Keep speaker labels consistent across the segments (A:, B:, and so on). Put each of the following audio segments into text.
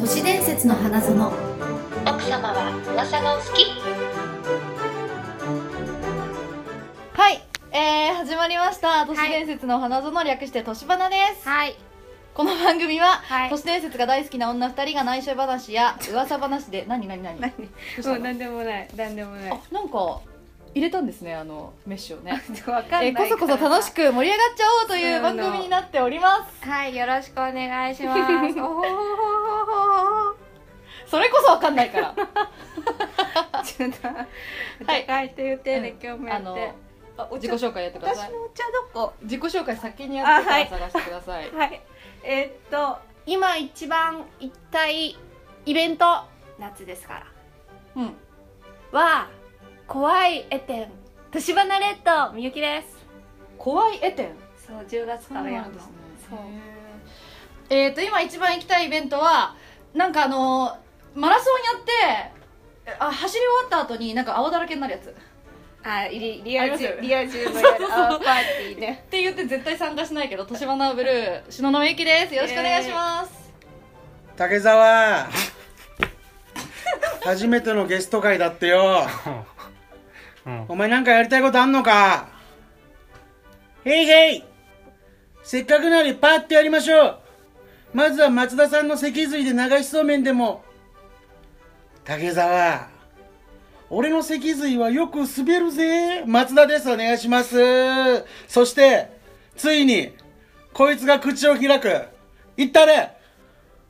A: 都市伝説の花園
B: 奥様は噂がお好き
C: はい、えー、始まりました都市伝説の花園略して都市花です、
D: はい。
C: この番組は、
D: はい
C: 都市伝説が大好きな女二人が内緒話や噂話で何何何どうした
D: もう
C: の
D: なんでもない。なんでもない。
C: あなんか入れたんですねあのメッシュをね
D: わか
C: え
D: んない
C: ー、こそこそ楽し
D: く。
C: く盛り上がっちゃおうという番組になっておりま
D: はい、よろしくお願いし ます。おほほほほほ。
C: すそれこそわかんないから
D: ちょっと、高いと言ってね、今日もや
C: あ
D: っ
C: の
D: て。あ、お
C: 自己紹介やってくださ
D: 私
C: い
D: のお茶どこ
C: 自己紹介先にやってから探してくだ さい、
D: はい。えーっと、今一番行きたいイベント、夏ですか
C: うん
D: ら、は、怖い絵展、年花レッド、みゆきです。
C: 怖い絵展
D: そう、10月からやるの。
C: そうえっ、と今一番行きたいイベントはなんかあのーマラソンやってえあ走り終わった後になんか泡だらけになるやつっ
D: あ、リリ
C: あ
D: ア充
C: りますよね
D: リア充のやるあパーティーね。
C: て言って絶対参加しないけど年花ブルー篠ノ井貴ですよろしくお願いします、
E: 竹澤初めてのゲスト会だってよ
F: うん、
E: お前なんかやりたいことあんのかへいへいせっかくならパーってやりましょうまずは松田さんの脊髄で流しそうめんでも竹澤俺の脊髄はよく滑るぜ松田ですお願いしますそしてついにこいつが口を開く言ったね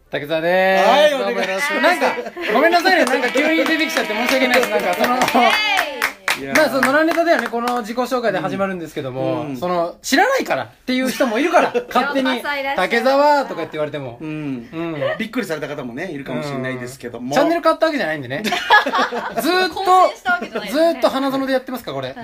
F: 竹澤でーす。
E: はい
F: どうも
E: お願いします
F: なんか、ごめんなさいね、なんか急に出てきちゃって申し訳ないです。なんか、その、まあ、その、野良ネタではね、この自己紹介で始まるんですけども、
E: うん
F: その、知らないからっていう人もいるから、勝手
D: よう
F: に
D: こそいらっしゃい、
F: 竹澤とか言って言われても
E: う。ん
F: うん。
E: びっくりされた方もねいるかもしれないですけども、
F: チャンネル変わったわけじゃないんでね。ずーっと、
C: 混戦したわけじゃないです
F: ず
C: ね
F: ーっと花園でやってますか、こ
E: は
F: れ。
E: い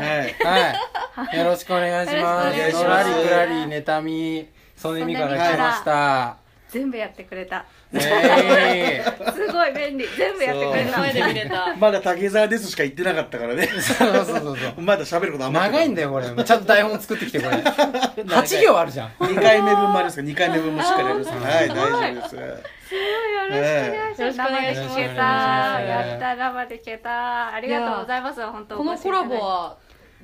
F: はい。よろしくお願いします。
E: よろしくお
F: の
E: 願い
F: ら
E: します
F: りくらり、ネタミ、ソネミから来ました。
D: 全部やってくれた
F: えー。
D: すごい便利全部やってくれ
C: 目
D: た
C: の前で見れた
E: まだ竹沢ですしか言ってなかったからね
F: そうそうそうそう。
E: まだ喋ること余って
F: 長いんだよこれちゃんと台本作ってきてこれ8行あるじゃん
E: 2回目分もありますから2回目分もしっかりありますからはい大丈夫です
D: よろしくお願いします生で聞けたや
F: よろしくお願いします
D: った生で聞けたありがとうございます本当
C: このコラボは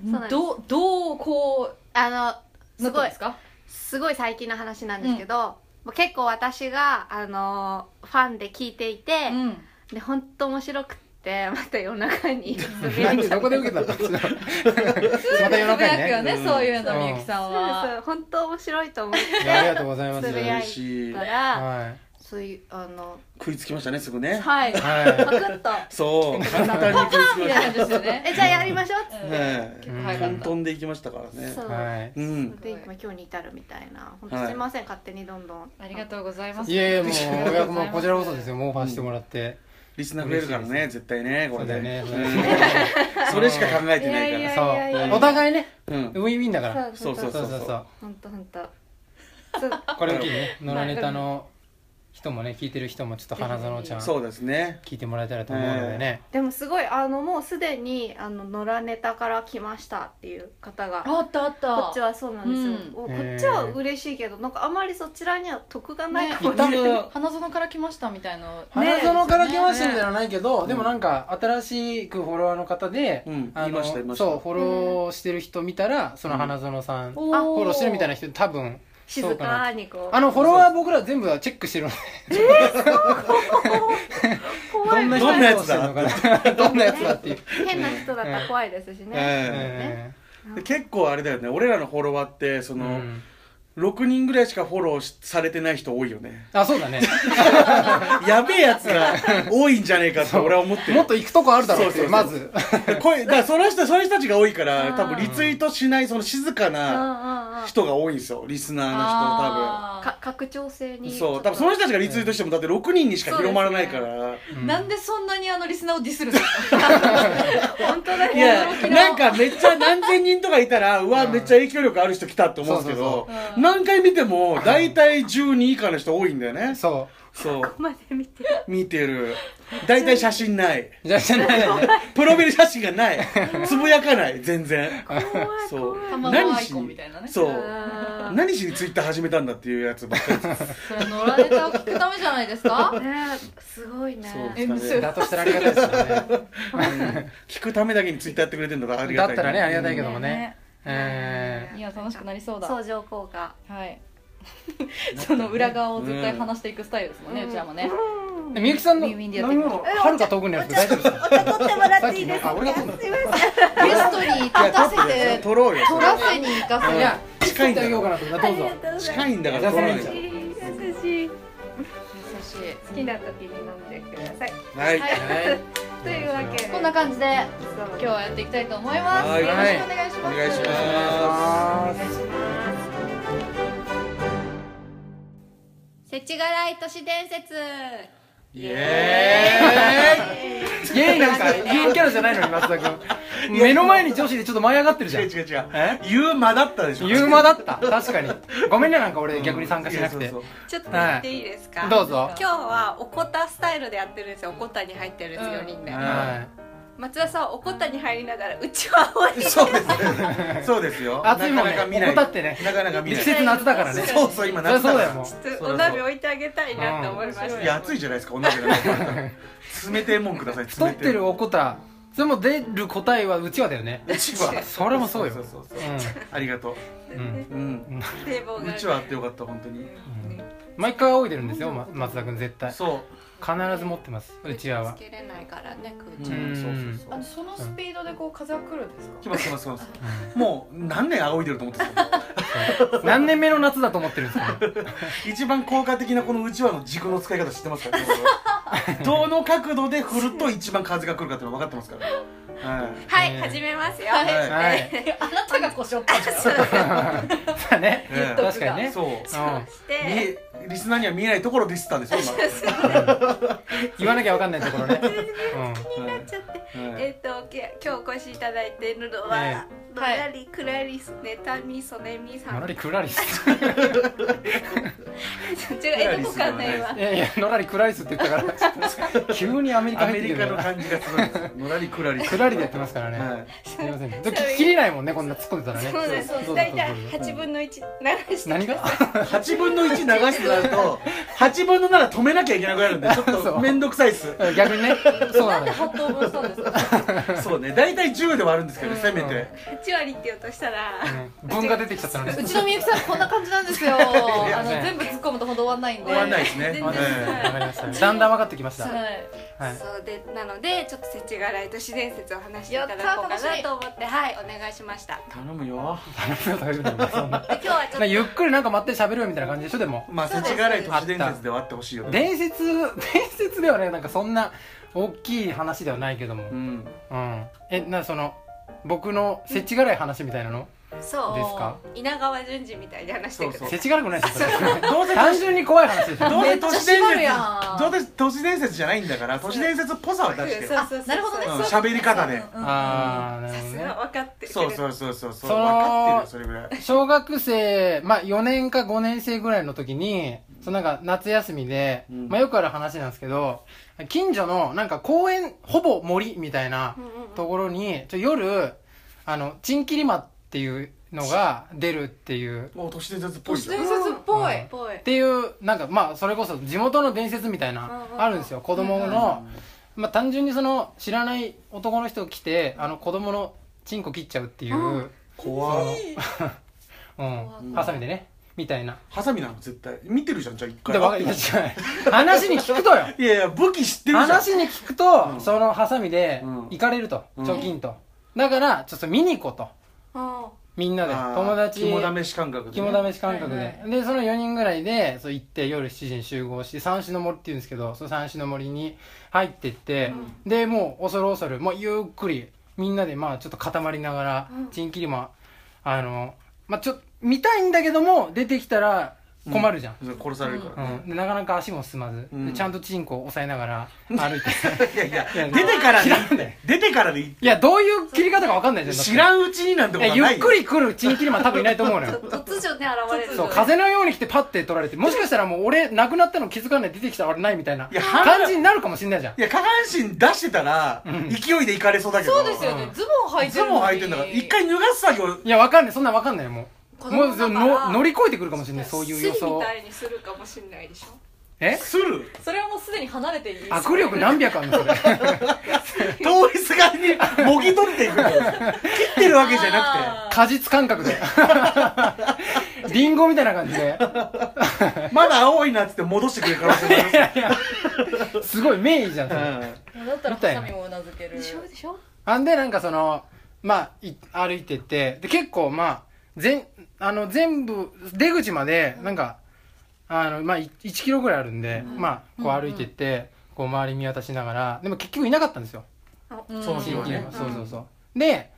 D: そうなんです
C: どうどうこ
D: あ
C: う
D: の
C: な
D: す
C: った
D: ご
C: ん
D: い
C: ですか
D: すごい最近の話なんですけど、もう結構私があのファンで聞いていて、
C: うん
D: で本当面白くってまた夜中に滑
F: 何
D: り
F: で
D: ちゃ
F: ど
D: った
F: こで受 けたのま
C: つ
F: た夜中に
C: ぶやくよ
F: ね
C: ね、そういうのみゆきさん
D: そうで
C: は
D: す本当面白いと思っ
F: いやありがとうございます
D: つぶ
F: は
D: や
F: い
D: い
E: 嬉しい
D: たら
F: は
D: そういうあの
E: 食いつきましたねすぐね
D: はいパ
F: い
D: クッと
E: そう簡単に食いつき
C: み
E: ま
C: たいな感
E: し
C: じですよね
D: えじゃあやりましょうっつって、
C: うん
E: た
C: 結構
E: はい
C: 早か
E: トン
C: った
E: トンでいきましたからね
D: そう、
F: は
E: うん
D: で今今日に至るみたいな本当すいません、勝手にどんどん
C: ありがとうございます
F: いいやいやもういやもうこちらこそですよもうファーしてもらって
E: リスナー増えるからね絶対ねこ
F: そ
E: れ
F: うだ
E: ね
F: よね
E: うんそれしか考えてないか
D: いやい
E: ら
D: や
F: そうお互いね
E: うん
F: ウィンウィンだから
E: そうそう
F: そ
E: そうう
F: そう
E: そ
F: そう
E: う
D: 本当本当そう
F: これを機にね野良ネタの人もね聞いてる人もちょっと花園ちゃん
E: そうですね
F: 聞いてもらえたらと思うのでね
D: でもすごいあのもうすでにあの野良ネタから来ましたっていう方が
C: あったあった
D: こっちはそうなんですよ、
F: ん
D: おこっちは嬉しいけどなんかあまりそちらには得がないかも
E: いた
C: 花園から来ましたみたいな
F: 花園から来ましたみ
C: ね
F: たいなのはないけど、でもなんか新しくフォロワーの方で、
E: うん
F: あ
E: いましたいま
F: の
E: した
F: そうフォローしてる人見たらその花園さん、フ
C: お
F: ォローしてるみたいな人多分そ
D: 静
F: うかな
D: かにこう
F: あのフォロワー僕ら全部はチェックしてるので
D: 怖い
E: どんなやつだ
F: どんなやつだってどんなやつだっていう、
D: 変な人だったら怖いですしね、
E: え
F: え
E: えで結構あれだよね俺らのフォロワーってそ
F: ーう
E: の
F: ん
E: 6人ぐらいしかフォローしされてない人多いよね
F: あそうだね
E: やべえやつが多いんじゃねえかって俺は思って
F: も
E: る
F: っと行くとこあるだろうって
E: そうそうそう
F: まず
E: 声だからその人そういう人たちが多いか
D: あ
E: ら
D: ー
E: 多分リツイートしないその静か
D: うんうんう
E: なん人が多いんですよリスナーの
C: あー
D: か拡張性に
E: 人多分そう多分その人たちがリツイートしてもだって6人にしか広まらないから、
C: なんでそんなにあのリスナーをディスる の
D: 本当だ
E: いやなんかめっちゃ何千人とかいたらうわ、
F: うん
E: めっちゃ影響力ある人来たって思うんですけど
C: そうそうそう
E: 何回見ても大体12以下の人多いんだよね
F: そ
E: そう
G: まで見て
E: 見てる大体写真ないう
F: じゃあじゃないね
E: プロフィール写真がないつぶやかない全然そう
C: 卵アイコンみたいなね
E: そう
G: あ
E: 何しにツイッター始めたんだっていうやつばっかりです
C: それ野良ネタを聞くためじゃ ないですか
G: ーねすごいね
E: そう
C: え嘘
F: だとしたらありがたいですよね
E: 聞くためだけにツイッターやってくれてんだからありが
F: だ
E: た
F: っ
E: い
F: たらねありがたいけど
E: うん
F: もねえ
C: いや楽しくなりそうだ
G: 相乗効果
C: はいその裏側を絶対話していくスタイルですもんね、うちらもね、
F: えみゆきさんの
C: ウィンウィンでや
F: 飲
C: って
F: み
C: いく
F: 物はるか遠くにあるけど大丈夫ですか
H: お茶取ってもらっていいです
F: さっき
H: か
F: ねあ俺が取るの
H: すいません
C: ゲストに立たせて
E: 取ろうよ
C: 取らせに行かせ
F: い
C: る
F: や
E: 近いんだ
F: あげようかなと思った
H: あ
F: どう
H: りが
F: ぞ
H: とうございま
E: 近いんだから取らないと
H: す優しい
C: 優しい
H: 好きな時に飲んでください
E: はい
F: はい
H: というわけで
C: こんな感じで
H: 今
C: 今日はやっていきたいと思います、
E: はい
C: よろしくお願いし
E: お
C: ます
E: 願いし
F: お
E: ま
F: 願いします
E: す
G: せちがらい都市伝説
E: イエーイ
F: イエイなんかイエイキャラじゃないのに松田君目の前に女子でちょっと舞い上がってるじゃん
E: 違う違う違う
F: え
E: 言う間だったでしょ
F: 言う間だった確かにごめんねなんか俺逆に参加しなく
E: いや
F: て
E: そうそう
D: ちょっと言っていいですか、
F: どうぞ
D: 今日はおこたスタイルでやってるんですよおこたに入ってるんです4人で、
F: はい
D: 松田さんはおこたに入りながらうちは青い
E: そうです。そうです よ。
F: 暑いもんね
E: なかなか見ない。
F: 怠ってね
E: なかなか見
F: 季
E: ない。
F: 節夏だからね
E: そうそう今
F: そりゃ
E: 夏だ
F: そ
E: か
F: うだ
E: ら
F: よもう
D: ちょっとお鍋置いてあげたいなと思いました、
E: いや暑いじゃないですかお鍋がないから。冷てえもんください。冷て
F: 太ってるおこたそれも出る答えはうちわだよね
E: うちは。
F: それもそうよ
E: そうそうそう
F: う
E: ありがと
F: んうん
E: う。うん。
D: 堤防
E: う
D: が
E: ちはあってよかった本当に。
F: 毎回仰いでるんですよま松田君絶対必
E: そ
F: ず持ってますうちわは
D: つけれないからね
E: う。
D: 空
E: う
D: 中、
E: ん。そうそうそ
C: あ
E: う
C: の。そのスピードでこう風は来るんですか
E: 来ます来ます来ます。もう何年仰いでると思ってたの。
F: 何年目の夏だと思ってるんですか
E: 一番効果的なこのうちわの軸の使い方知ってます から。僕どの角度で振ると一番風が来るかっていうの分かってますから。はい。
D: はい、
F: ね
D: 始めますよ、
E: はい
F: はい
C: あなたが故障ったんじゃ ん
F: だね
E: ええ
F: 確かにね
E: そう。
F: うん
D: して
E: 見えリスナーには見えないところで言ってたんでしょ今。
F: 言わなきゃわかんないところねうん
E: はい
D: ちょっと
E: はい
D: えっ、とけ今日お越しいただいているの
F: え
D: は、の
C: はい
D: らりくらりすねたみそねみさ
F: のら
D: ん
F: りくらりっす
D: 違うえどこかんないわ
F: いやいやのらりくらりっすって言ったから 急にアメリカ
E: ア
F: 入
E: メ
F: って
E: リ
F: きて
E: カ
F: る
E: の
F: から
E: 感じがすごいですよ。のらりくらり。
F: くらりでやってますからね
E: はい。
F: すいませんで聞きれないもんねこんな突っ込んでたらね
D: そうです
F: どうぞ
D: 大体
F: どうぞ
D: 8分の1流して
F: 何が
E: 八分の一流してなると、八分の七止めなきゃいけなくなるんで、ちょっと面倒くさいっす。
F: 逆にねそう
C: な
F: な
C: ん
F: の
C: で
F: よ
C: 8等分したんですか
E: そうね、大体十で割るんですけど、せめて。
D: 8割って言おうとしたら、
F: うん文が出てきちゃ ったの ね
C: うちのみゆきさんこんな感じなんですよあの全部突っ込むとほんと終わんないんで
E: 終わんないですね。
D: 全然
E: はい
F: わかりましただんだん分かってきましたはい
C: はい
D: そうでなのでちょっと世知辛い都市伝説を話していただこう
C: や
D: か
C: ったー楽し
D: な
C: み
D: と思ってはいお願いしました
E: 頼むよ。
F: 大丈夫だよそんな
D: で今日はちょっ
F: な
D: と
F: ゆっくりなんか待って喋るよみたいな感じでしょでも
E: まあ、世知辛い都市伝説ではあってほしいよね。
F: 伝説 伝説ではねなんかそんな大きい話ではないけども
E: う
F: うん
E: ん。
F: えなその僕のせちがらい話みたいなの
D: そ
F: ですか
D: う稲川淳二みたいに話してく
E: そう
D: る
E: そ
F: せちがらくないですよ それ
E: どうせ
F: 単純に怖い話でしょ
E: どうせ都市
C: めっ
E: 伝
C: ちゃ縛
E: 説
C: るやん
E: どうせ都市伝説じゃないんだから都市伝説っぽさは出してよ
D: そうそうそう
C: なるほどね
E: うん喋り方で
C: うん
F: ああなる
D: さ
F: ほど
D: す
F: ね
D: が分かってくれる
E: そうそうそうそうそう
F: その
E: 分かってるよそれぐらい
F: 小学生、まあ、4年か5年生ぐらいの時にそのなんか夏休みで、
E: うん
F: まあ、よくある話なんですけど近所のなんか公園ほぼ森みたいな
D: うんうんうん
F: ところにちょ夜あのチンキリマっていうのが出るっていう
E: もう都市伝説っぽ
C: 都
E: い
C: 市
E: じゃん
C: 伝説っぽい
F: うん
D: ぽい
F: っていうなんかまあそれこそ地元の伝説みたい
D: うん
F: な
D: うんうん
F: あるんですよ子供の、まあ、単純にその知らない男の人来てあの子供のチンコ切っちゃうっていう、うん
E: 怖っ
F: うん、ハサミでねみたいな
E: ハサミなの絶対見てるじゃんじゃあ一
F: で
E: 回
F: わかりました話に聞くとよ
E: いやいや武器知ってるじゃん
F: 話に聞くと、
E: うん
F: そのハサミで
E: うん
F: 行かれると、
E: うん
F: 貯金とだからちょっと見に行こうと
D: うん
F: みんなで
E: あー
F: 友達
E: 肝試し感覚でね、
F: 肝試し感覚で、
C: はい
F: でその4人ぐらいでそう行って夜7時に集合して三種の森っていうんですけどその三種の森に入ってって、でもう恐る恐るもうゆっくりみんなでまあちょっと固まりながら、
D: うん
F: チンキリマあのまあちょ見たいんだけども出てきたら困るじゃん、
E: それ殺されるから、
F: うんでなかなか足も進まず、
E: うん
F: でちゃんとチンコを押さえながら歩いて
E: いやいや
F: いや
E: 出てからでいい
F: 知らんね
E: 出てからでいい
F: いやどういう切り方か分かんないじゃんだって
E: 知らんうちになんてこと
F: いや
E: はないよ
F: ゆっくり来るチンキリマン多分いないと思うのよ
I: 突如ね現れる
F: そう風のように来てパッて取られてもしかしたらもう俺亡くなったの気づかない出てきたら俺ないみたいない
E: や
F: 感じになるかもしんないじゃん
E: いや下半身出してたら、
F: うん
E: 勢いでいかれそうだけど
C: そうですよねズボン履いて
E: ズ
C: るのに
E: ボン履いてんだから一回脱がす作業
F: いやわかんないそんなんわかんないよもう
I: 子
F: も
I: 供
F: う
I: だから
F: その乗り越えてくるかもしんないそういう予
I: スリみ
F: 想
I: たいにするかもしれないでしょ
F: え
E: する
C: それはもうすでに離れていい
F: 握力何百あるのそれ
E: 通りすがりにもぎ取って いくの切ってるわけじゃな
C: あー
F: 果実感覚で リンゴみたいな感じで
E: くてまだ青いなっつって戻してくれる可能性もあり ますよ
F: すごい名医じゃんそれ、
C: だったらハサミもうなずける
D: でしょでしょ
F: あんでなんかそのまあい歩いてってで結構まあ全あの全部出口までなんか、あのまあい1キロぐらいあるんで、まあこう歩いてって、こう周り見渡しながらでも結局いなかったんですよ
C: うん
E: その日
F: 新
E: は
F: 規
E: ね
F: のそうそうそうで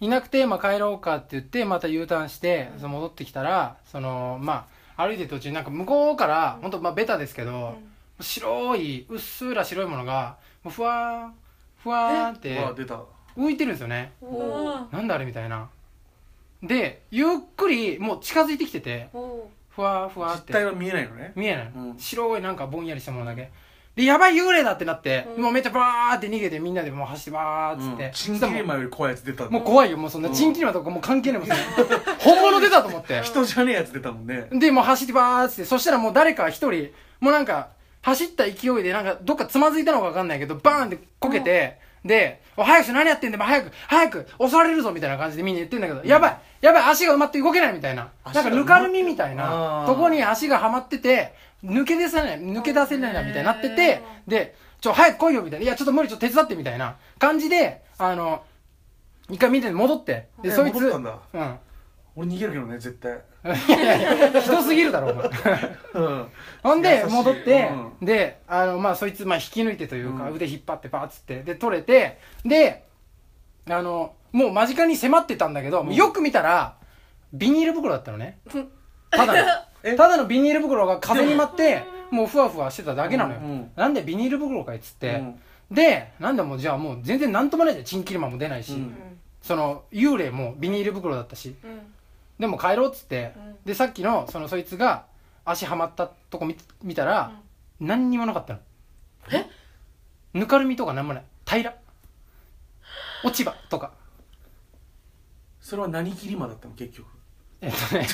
F: いなくて、まあ、帰ろうかって言ってまた U ターンしてその戻ってきたらそのまあ歩いてる途中になんか向こうから本当まあベタですけど、白いうっすら白いものがもうふわーふわーっ
E: うん
F: て
E: うわ出た
F: 浮いてるんですよね
C: うん
F: なんだあれみたいなでゆっくりもう近づいてきててふわーふわーっ
E: 実
F: て
E: 態は見えないのね
F: 見えない、
E: うん
F: 白いなんかぼんやりしたものだけでやばい幽霊だってなって、もうめっちゃバーって逃げてみんなでもう走ってバーっつって、
E: チンキリマより怖いやつ出た
F: も
E: も
F: う
E: う
F: 怖いよもうそんなチンキリマとかもう関係ないもんそんな 本物出たと思って
E: 人じゃねえやつ出たもんね
F: でもう走ってバーってそしたらもう誰か一人もうなんか走った勢いでなんかどっかつまずいたのか分かんないけどバーンってこけて、で「お早くしろ何やってんだよ早く早く襲われるぞ」みたいな感じでみんな言ってんだけど、やばいやばい足が埋まって動けないみたいな
E: 足
F: な
E: が
F: んかぬかるみみたいな
E: あー
F: とこに足がはまってて抜け出せない抜け出せないなみたいになっててで「ちょ早く来いよ」みたいな「いやちょっと無理ちょっと手伝って」みたいな感じであの一回見て戻ってで
E: え
F: そいつ
E: 戻ったんだ
F: うん
E: 俺逃げるけどね絶対
F: いやいやひどすぎるだろお前
E: うん
F: ほんで
E: 優しい
F: 戻って、
E: う
F: であの、まあ、そいつ、まあ、引き抜いてというか、
E: うん
F: 腕引っ張ってパーッつってで取れてであのもう間近に迫ってたんだけど、
E: うん
F: よく見たらビニール袋だったのねただ
E: え
F: のただのビニール袋が風に舞ってもうふわふわしてただけなのよ、
E: うんうん
F: なんでビニール袋かいっつっ
E: う
F: て、
E: ん
F: でなんだもうじゃあもう全然なんともないじゃんチンキリマンも出ないし、
E: うん
F: その幽霊もビニール袋だったし、でも帰ろうっつって、でさっきのそのそいつが足はまったとこ見見たら、何にもなかったのえぬかるみとか何もない平ら落ち葉とか
E: それは何キリマだったの結局
F: えっとね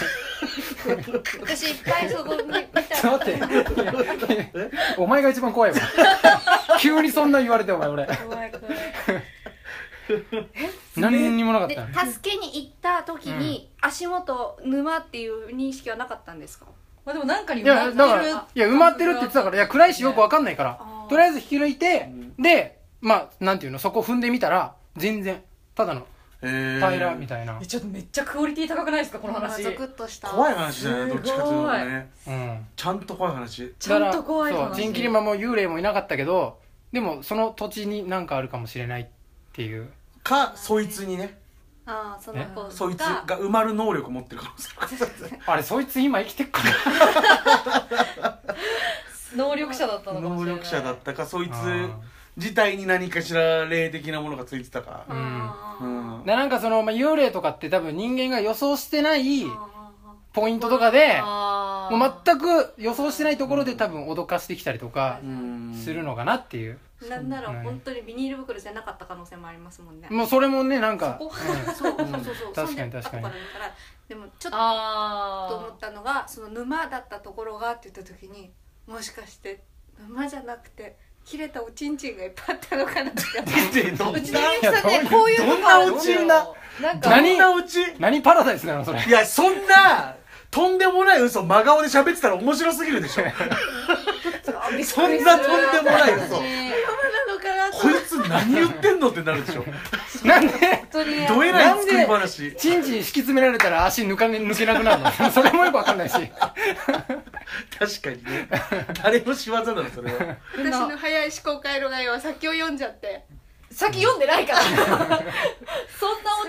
D: 私いっぱいそこに
F: ちょっと待っていや お前が一番怖いわ急にそんな言われてお前俺
J: 怖い怖い
F: 何にもなかっ
D: で
F: たの
D: 助けに行った時に足元沼っていう認識はなかったんですか
C: まあでもなんかに
F: いや、だから、い
C: あ
F: や、埋まってるって言ってたから、いや、暗いしよくわかんないから、とりあえず引き抜いて、で、まあ、なんていうの、そこ踏んでみたら、全然、ただの、平
E: 平
F: らみたいな
C: え。ちょっとめっちゃクオリティ高くないですかこの話
D: ゾクッとした
E: 怖い話じゃないどっちかというとね
F: うん。
E: ちゃんと怖い話
C: ちゃんと怖い
F: だか
C: 話
F: らそう、チンキリマンも幽霊もいなかったけど、でも、その土地になんかあるかもしれないっていう。
E: かそいつにね
D: ああその子が
E: そいつが埋まる能力を持ってる可能性が
F: あれ、そいつ今生きてっ から。
C: 能力者だった のかも
E: 能
C: しれない
E: 力者だった かそいつ
F: あー
E: 自体に何かしら霊的なものがついてたかうん
F: でなんかその、まあ、幽霊とかって多分人間が予想してないポイントとかで、
C: あー
F: もう全く予想してないところで多分脅かしてきたりとか
E: うん
F: するのかなっていう。
D: なんなら本当にビニール袋じゃなかった可能性もありますもんね
F: もうそれもねなんか
D: そこ
F: うん
D: そうそうそうそう
F: 確かに確か
D: そんで後ら見た
F: に
D: らでもちょっとと思
C: あ
D: ったのがその沼だったところがって言った時にもしかして沼じゃなくて切れたおちんちんがいっぱいあったのかなって
E: でど
C: ー
E: んな
C: うちのみゆきさんねこういう
E: ど
C: の
E: ん
C: が
E: な
C: ある
E: お
C: ん
E: ち
C: よ
E: んだ
C: なんか
E: どん
F: 何
E: なオチ
F: 何パラダイスなのそれ
E: いやそんなとんでもない嘘真顔で喋ってたら面白すぎるでしょそんなとんでもない嘘こいつ何言ってんのってなるでしょ
F: なんで
E: どえらい作り話
F: チンチン敷き詰められたら足抜かね抜けなくなるの それもよくわかんないし
E: 確かにね誰の仕業なのそれは
D: 私の早い思考回路がよ先を読んじゃって
C: 先読んで ないからそんな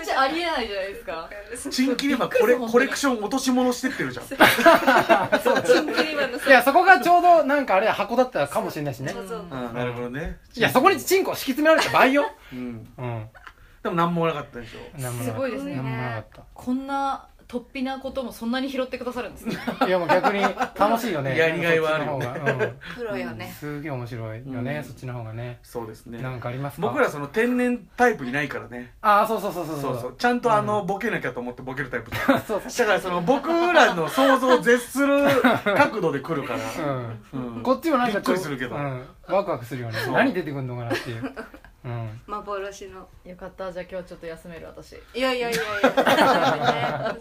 C: オチありえないじゃないですか
E: チンキリマコ
C: びっくり
E: レ
C: する
E: コレクション落とし物してってるじゃん
F: いやそこがちょうどなんかあれ箱だったかもしれないしね
E: あーなるほどね
F: いやそこにチンコ敷き詰められた場合よ
E: うん
F: うん
E: でも何もなかったでしょ
F: なんもなかった
C: すごいですね
F: なんもなかっ
C: こんな突飛なこともそんなに拾ってくださるんですね
F: たいやもう逆に楽しいよね
E: やりがいはあるよね
F: そっちの方が うん
K: プロよね
F: すげえ面白いよ
E: う
F: ね
E: ん
F: そっちの方がね
E: そうですね
F: なんかありますか
E: 僕らその天然タイプいないからね
F: ああそうそうそうそう
E: そうそうちゃんとあの
F: う
E: ボケなきゃと思ってボケるタイプじゃん
F: そう
E: だからその僕らの想像を絶する角度で来るか
F: う
E: ら、
F: ん
E: うん
F: こっちもなんかちょ
E: びっくりするけど
F: うん、ワクワクするよね
E: そう
F: 何出てくるのかなっ ていう、うん、
K: 幻の
C: よかったじゃあ今日ちょっと休める私
K: いやいやいやいや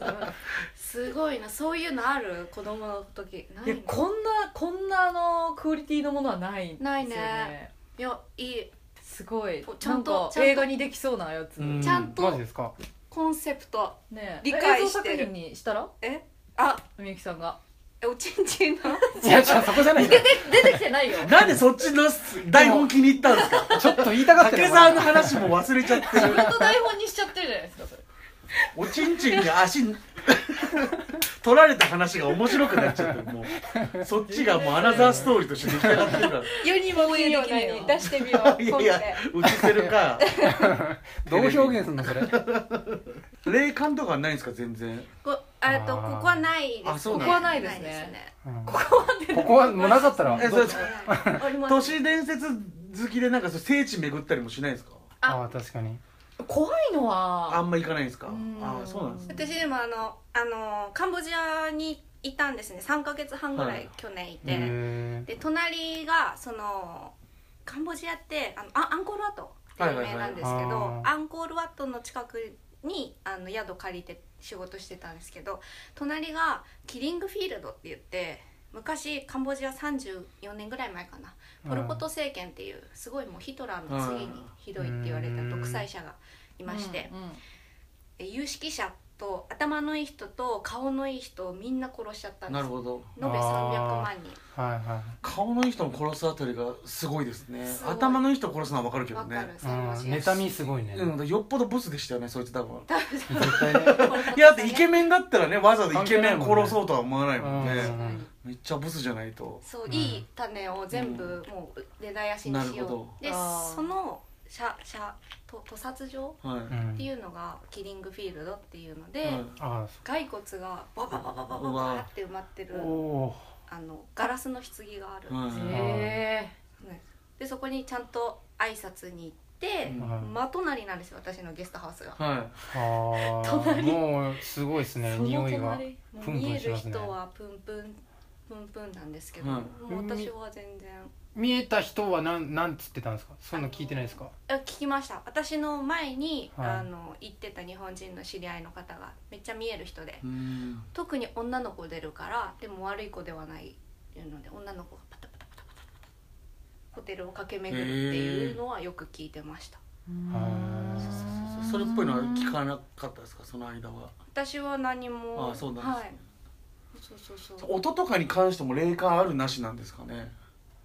K: すごいなそういうのある子供の時ない
C: いや
K: の
C: こんなこんなあのクオリティのものはないんですよ
K: ないねいやいい
C: すごい
K: おち
C: ち
K: ゃ
C: ゃ
K: ん
C: ん
K: と
C: と
K: ちゃんと
C: 映画にできそうなやつ、
F: う
K: ちゃんと
F: マジですか
K: コンセプト
C: ね
K: 理解してる
C: 映像作品にしたら
K: えあ
C: みゆきさんが
K: えおちんちんの
F: いやじゃあそこじゃないんだよ
C: 出てきてないよ
E: なんでそっちの台本気に入ったんですか
F: ちょっと言いたかった
E: 竹
F: よ
E: 沢の話も忘れち ゃってる
C: 自分の台本にしちゃってるじゃないですかそれ
E: おちんちんに足取られた話が面白くなっちゃってもうそっちがもうアナザーストーリーとして出来上がってるか
K: 世にも言うよう
C: ない
K: に
C: の
K: 出してみよ
E: ら
K: う
E: いやいや映せるか
F: どう表現するのそれ
E: 霊感とかはないんですか全然
K: こえっと
F: あー
K: ここはないで
E: あ
K: す
E: そう
C: こ
E: な
C: こは
E: ん
C: ないですね
F: うんここはもうなかったら
E: え
F: ど
E: そううそう
K: あります
E: 都市伝説好きでなんかそう聖地巡ったりもしないですか
F: ああ確かに
C: 怖いの
E: あ
C: は
E: んま行かないですか
C: うん
E: あそうなんですね
D: 私でもあの、あのカンボジアにいたんですね3ヶ月半ぐらい、
E: はい
D: 去年いて、
F: へ
D: で隣がそのカンボジアってあのあアンコールワットって有名なんですけど、
F: はいはいはいあー
D: アンコールワットの近くにあの宿借りて仕事してたんですけど隣がキリングフィールドって言って昔カンボジア34年ぐらい前かな
F: うん
D: ポル・ポト政権っていうすごいもうヒトラーの次にひどいって言われた独裁者がいまして。
C: うんうん
D: え有識者と頭のいい人と顔のいい人をみんな殺しちゃったんで
E: な
D: す
E: る
D: 延
E: ほど
D: べ300万人
F: ーはいはい
E: 顔のいい人も殺すあたりがすごいですね
D: すごい
E: 頭のいい人殺すのはわかるけど
D: わかる
E: ね
D: さも
F: うん妬みすごいね
E: うんよっぽどブスでしたよねそいつ多分
F: 絶対ね
E: いやだってイケメンだったらねわざわざイケメン殺そうとは思わないもんね
F: うん
E: めっちゃブスじゃないと
D: そう、
F: うん
D: いい種を全部もう出ない足にし
E: なるほ
D: ようで
C: あー
D: その射射と屠殺場
E: はい、
F: う
D: って
F: ん
D: いうのがキリングフィールドっていうので、
E: はい
F: ああ
D: 骸骨がババババババ
E: うわ
D: バって埋まってる
F: そうお
D: あのガラスの棺がある、
E: はい
C: へ
D: でそこにちゃんと挨拶に行って、
E: うん
F: ー
D: 真隣なんですよ私のゲストハウスが。
E: は
F: あーもうすごいですね
D: その
F: 匂い
D: 隣
F: が
D: も
F: プ
D: う
F: ンプ
D: 見
F: ン
D: え
F: し
D: る
F: ますね
D: 人はプンプンプンプンなんですけど、
E: は
D: もう私は全然
F: 見えた人はなんなんつってたんですかそんな聞いてないですか
D: あ聞きました私の前に、
F: はい
D: あの行ってた日本人の知り合いの方がめっちゃ見える人で
E: いうん
D: 特に女の子出るからでも悪い子ではないっていうので女の子がパタパタパタパタパタホテルを駆け巡るっていうのはよく聞いてました、
F: は
E: そそそそれっぽいのは聞かなかったですかその間は
D: 私は何も
E: あそうなんですね
D: はい、そうそうそう
E: 音とかに関しても霊感あるなしなんですかね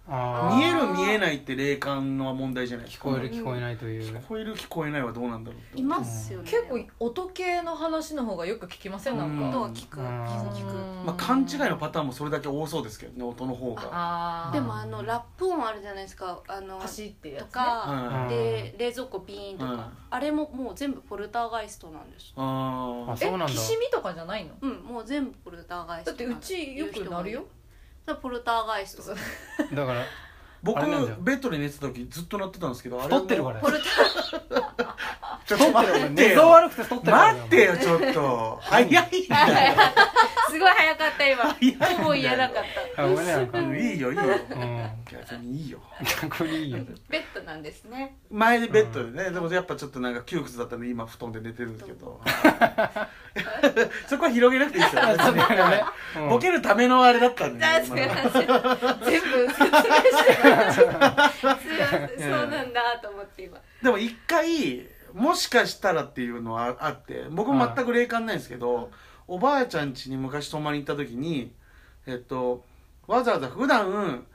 F: あー
E: 見える見えないって霊感の問題じゃないです
F: 聞
E: か
F: こえる聞こえないという
E: 聞こえる聞こえないはどうなんだろうって
D: いますよね
C: 結構音系の話の方がよく聞きませんなん
E: うん
C: か
D: 音は聞く
F: うん
D: 聞く
C: うん
E: まあ、勘違いのパターンもそれだけ多そうですけどね音の方が
C: あー
D: でもあのラップ音あるじゃないですかあの
C: パシってやつ
D: と
C: ね
D: か、
E: はい
D: で冷蔵庫ビーンとか、
E: うん
D: あれももう全部ポルターガイストなんです
E: あー
F: あ
C: え
F: そうなんだ
C: きしみとかじゃないの
D: うんもう全部ポルターガイスト
C: だってうちよくなるよ
D: だからポルターガイスト
F: だから
E: 僕
F: あれなんだよ
E: ベッドで寝てた時ずっと鳴ってたんですけどあれ
F: 太ってるから
D: ポルター
E: ちょっと待っ
F: 寝
E: て
F: 相
E: よ
F: 悪くて太ってるから
E: 待ってよちょっと早いんだよ
D: すごい早かった今
E: 早いんだよ
D: ほぼ言えなかっ
F: あごめんねなんかう
E: うん
F: ん
E: いいよいいよ逆にいいよ
F: 逆にいいよ
D: たベッドなんですね
E: 前でベッドでね、でもやっぱちょっとなんか窮屈だったんで今布団で寝てるんですけど そこは広げなくていいですよ別に
F: うん
E: ボケるためのあれだったんで
D: あすいま
E: 今
D: せん
E: のは
D: 全部説明してましたすいませんそうなんだと思って今
E: でも一回もしかしたらっていうのはあって僕も全く霊感ないんですけど、おばあちゃん家に昔泊まりに行った時にえっとわざわざ普段